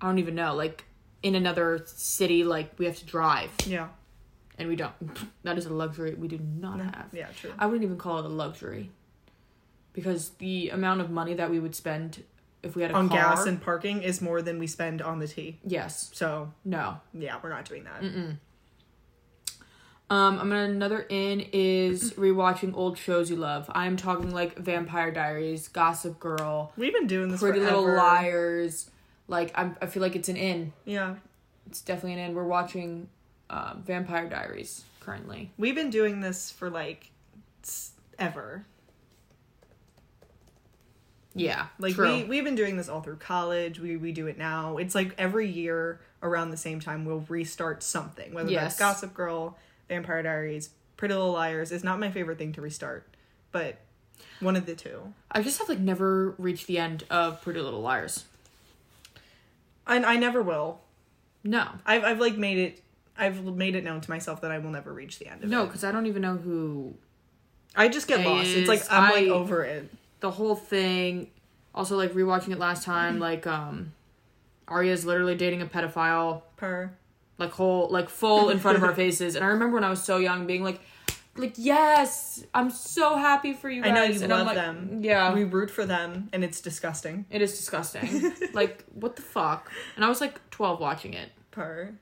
[SPEAKER 3] I don't even know, like in another city, like we have to drive.
[SPEAKER 1] Yeah.
[SPEAKER 3] and we don't. That is a luxury we do not have.
[SPEAKER 1] Yeah, true.
[SPEAKER 3] I wouldn't even call it a luxury because the amount of money that we would spend if we had a
[SPEAKER 1] on
[SPEAKER 3] car,
[SPEAKER 1] gas and parking is more than we spend on the tea.
[SPEAKER 3] yes,
[SPEAKER 1] So
[SPEAKER 3] no,
[SPEAKER 1] yeah, we're not doing that.
[SPEAKER 3] Um, I'm gonna another in is rewatching old shows you love. I'm talking like Vampire Diaries, Gossip Girl,
[SPEAKER 1] We've been doing this
[SPEAKER 3] Pretty Little
[SPEAKER 1] forever.
[SPEAKER 3] Liars. Like I'm, I feel like it's an in.
[SPEAKER 1] Yeah.
[SPEAKER 3] It's definitely an in. We're watching uh, Vampire Diaries currently.
[SPEAKER 1] We've been doing this for like s- ever.
[SPEAKER 3] Yeah,
[SPEAKER 1] Like
[SPEAKER 3] true.
[SPEAKER 1] we we've been doing this all through college. We we do it now. It's like every year around the same time we'll restart something. Whether
[SPEAKER 3] Yes.
[SPEAKER 1] that's Gossip Girl, Vampire Diaries, Pretty Little Liars. It's not my favorite thing to restart, but one of the two.
[SPEAKER 3] I just have like never reached the end of Pretty Little Liars.
[SPEAKER 1] And I never will.
[SPEAKER 3] No,
[SPEAKER 1] I've I've like made it I've made it known to myself that I will never reach the end of
[SPEAKER 3] no,
[SPEAKER 1] it.
[SPEAKER 3] because I don't even know who
[SPEAKER 1] I just get
[SPEAKER 3] It
[SPEAKER 1] lost.
[SPEAKER 3] is-
[SPEAKER 1] It's like I'm
[SPEAKER 3] I-
[SPEAKER 1] like over it.
[SPEAKER 3] the whole thing. Also, like rewatching it last time, like um, Arya's literally dating a pedophile.
[SPEAKER 1] Per
[SPEAKER 3] like whole like full in front of our faces and i remember when i was so young being like like yes i'm so happy for you guys
[SPEAKER 1] I know you
[SPEAKER 3] and
[SPEAKER 1] love
[SPEAKER 3] I'm like,
[SPEAKER 1] them.
[SPEAKER 3] yeah
[SPEAKER 1] We root for them and it's disgusting.
[SPEAKER 3] it is disgusting like what the fuck and i was like 12 watching it
[SPEAKER 1] Per.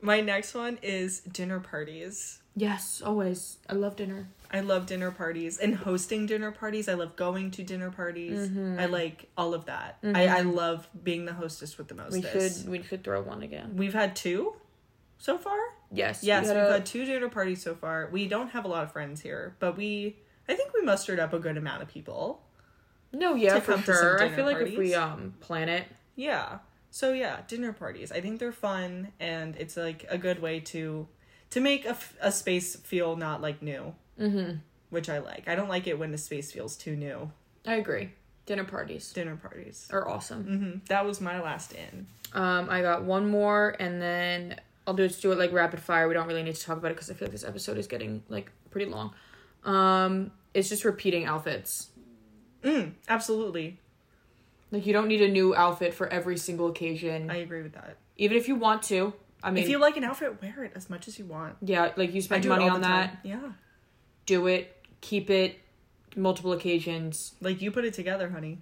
[SPEAKER 1] My next one is dinner parties.
[SPEAKER 3] yes always i love dinner
[SPEAKER 1] I love dinner parties and hosting dinner parties. I love going to dinner parties.
[SPEAKER 3] Mm-hmm.
[SPEAKER 1] I like all of that. I, I love being the hostess with the most.
[SPEAKER 3] we should we should throw one again
[SPEAKER 1] We've had two so far.
[SPEAKER 3] yes we
[SPEAKER 1] Yes,
[SPEAKER 3] had
[SPEAKER 1] we've
[SPEAKER 3] a-
[SPEAKER 1] had two dinner parties so far. We don't have a lot of friends here, but we I think we mustered up a good amount of people.
[SPEAKER 3] no yeah
[SPEAKER 1] to
[SPEAKER 3] for
[SPEAKER 1] come to some
[SPEAKER 3] sure i
[SPEAKER 1] dinner
[SPEAKER 3] feel like if we
[SPEAKER 1] parties.
[SPEAKER 3] um plan it
[SPEAKER 1] Yeah. So yeah, dinner parties. I think they're fun and it's like a good way to to make a, f- a space feel not like new. Mhm.
[SPEAKER 3] Mm-hmm.
[SPEAKER 1] Which I like. I don't like it when the space feels too new.
[SPEAKER 3] i agree dinner parties
[SPEAKER 1] Dinner parties.
[SPEAKER 3] are awesome
[SPEAKER 1] hmm That was my last in.
[SPEAKER 3] Um, I got one more, and then I'll do just do it like rapid fire. We don't really need to talk about it because I feel like this episode is getting like pretty long. Um, it's just repeating outfits.
[SPEAKER 1] Mm, absolutely.
[SPEAKER 3] Like you don't need a new outfit for every single occasion,
[SPEAKER 1] I agree with that.
[SPEAKER 3] even if you want to. I mean,
[SPEAKER 1] If you like an outfit, wear it as much as you want.
[SPEAKER 3] yeah, like you
[SPEAKER 1] I
[SPEAKER 3] spend
[SPEAKER 1] do
[SPEAKER 3] money
[SPEAKER 1] it all
[SPEAKER 3] on
[SPEAKER 1] the
[SPEAKER 3] that,
[SPEAKER 1] time. Yeah.
[SPEAKER 3] do it, keep it, multiple occasions,
[SPEAKER 1] Like you put it together, honey.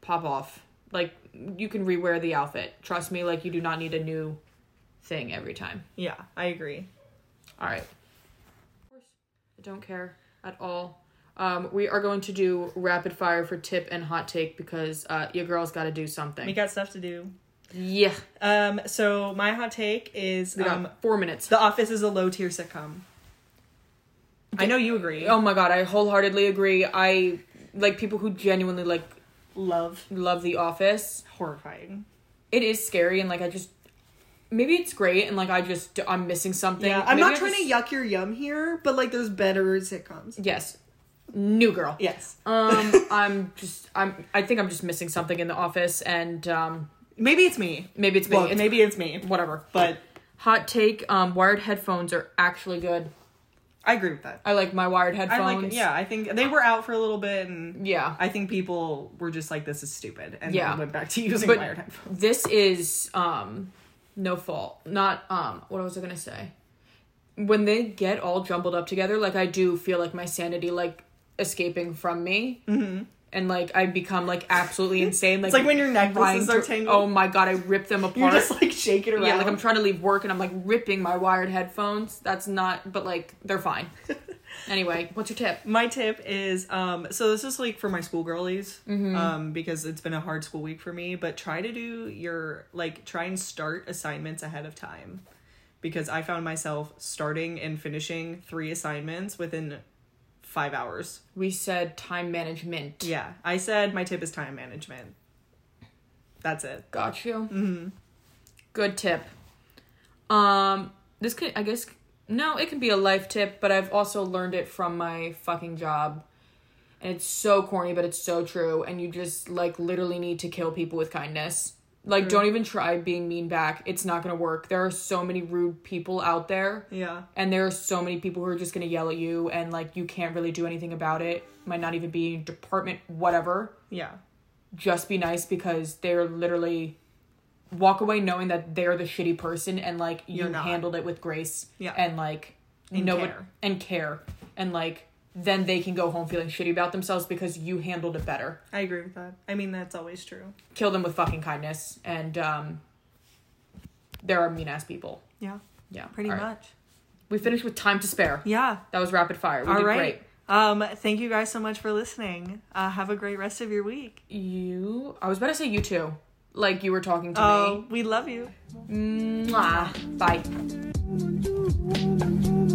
[SPEAKER 3] pop off. Like you can rewear the outfit. Trust me, like you do not need a new thing every time.
[SPEAKER 1] Yeah, I agree.
[SPEAKER 3] All right. I don't care at all. Um, we are going to do rapid fire for tip and hot take because uh, your girl's got to do something.
[SPEAKER 1] We got stuff to do.
[SPEAKER 3] yeah,
[SPEAKER 1] Um so my hot take is
[SPEAKER 3] we got
[SPEAKER 1] um
[SPEAKER 3] four minutes.
[SPEAKER 1] The Office is a low tier sitcom. I know you agree.
[SPEAKER 3] oh my god, I wholeheartedly agree. I like people who genuinely like
[SPEAKER 1] Love.
[SPEAKER 3] love The Office.
[SPEAKER 1] Horrifying.
[SPEAKER 3] It is scary and like I just maybe it's great and like I just I'm missing something.
[SPEAKER 1] Yeah, I'm
[SPEAKER 3] Maybe
[SPEAKER 1] not
[SPEAKER 3] I
[SPEAKER 1] trying
[SPEAKER 3] just-
[SPEAKER 1] to yuck your yum here, but like there's better sitcoms.
[SPEAKER 3] Yes, new girl.
[SPEAKER 1] Yes.
[SPEAKER 3] Um, I'm just I'm I think I'm just missing something in The Office and um
[SPEAKER 1] Maybe it's me.
[SPEAKER 3] maybe it's me.
[SPEAKER 1] Well,
[SPEAKER 3] It's-
[SPEAKER 1] maybe it's me.
[SPEAKER 3] whatever.
[SPEAKER 1] But
[SPEAKER 3] Hot take: um, wired headphones are actually good.
[SPEAKER 1] I agree with that.
[SPEAKER 3] I like my wired
[SPEAKER 1] I
[SPEAKER 3] headphones.
[SPEAKER 1] like yeah, I think they were out for a little bit and
[SPEAKER 3] yeah.
[SPEAKER 1] I think people were just like this is stupid and
[SPEAKER 3] Yeah.
[SPEAKER 1] then went back to using
[SPEAKER 3] But-
[SPEAKER 1] wired headphones.
[SPEAKER 3] This is um, no fault. Not um, what was I gonna say? When they get all jumbled up together, like I do feel like my sanity like escaping from me, mm-hmm. and like I become like absolutely insane. Like
[SPEAKER 1] It's like when your
[SPEAKER 3] trying
[SPEAKER 1] necklaces
[SPEAKER 3] to-
[SPEAKER 1] are tangled.
[SPEAKER 3] Oh my god, I rip them
[SPEAKER 1] you
[SPEAKER 3] apart.
[SPEAKER 1] just like shake it around.
[SPEAKER 3] yeah, like I'm trying to leave work and I'm like ripping my wired headphones. That's not, but like they're fine. anyway, what's your tip?
[SPEAKER 1] my tip is um so this is like for my schoolgirlies um because it's been a hard school week for me but try to do your like try and start assignments ahead of time because i found myself starting and finishing three assignments within five hours
[SPEAKER 3] We said time management.
[SPEAKER 1] yeah i said my tip is time management that's it
[SPEAKER 3] Got you. Mm-hmm. Good tip. Um, this could, I guess, no, it can be a life tip, but I've also learned it from my fucking job. And it's so corny, but it's so true. And you just, like, literally need to kill people with kindness. Like, don't even try being mean back. It's not gonna work. There are so many rude people out there.
[SPEAKER 1] yeah
[SPEAKER 3] And there are so many people who are just gonna yell at you, and, like, you can't really do anything about it. Might not even be in your department, whatever
[SPEAKER 1] yeah
[SPEAKER 3] just be nice because they're literally walk away knowing that they're the shitty person and like you
[SPEAKER 1] You're not.
[SPEAKER 3] handled it with grace
[SPEAKER 1] Yeah.
[SPEAKER 3] and like
[SPEAKER 1] And
[SPEAKER 3] know what-
[SPEAKER 1] care.
[SPEAKER 3] and care and like then they can go home feeling shitty about themselves because you handled it better
[SPEAKER 1] i agree with that i mean that's always true
[SPEAKER 3] kill them with fucking kindness and um there are mean ass people
[SPEAKER 1] yeah
[SPEAKER 3] yeah
[SPEAKER 1] pretty
[SPEAKER 3] All right.
[SPEAKER 1] much
[SPEAKER 3] We finished with time to spare.
[SPEAKER 1] Yeah.
[SPEAKER 3] That was rapid fire. We
[SPEAKER 1] All
[SPEAKER 3] did
[SPEAKER 1] right.
[SPEAKER 3] great.
[SPEAKER 1] Um, thank you guys so much for listening. Uh, have a great rest of your week.
[SPEAKER 3] You. I was about to say you too. Like you were talking to
[SPEAKER 1] Uh, Oh, we love you.
[SPEAKER 3] me. Mwah. Bye.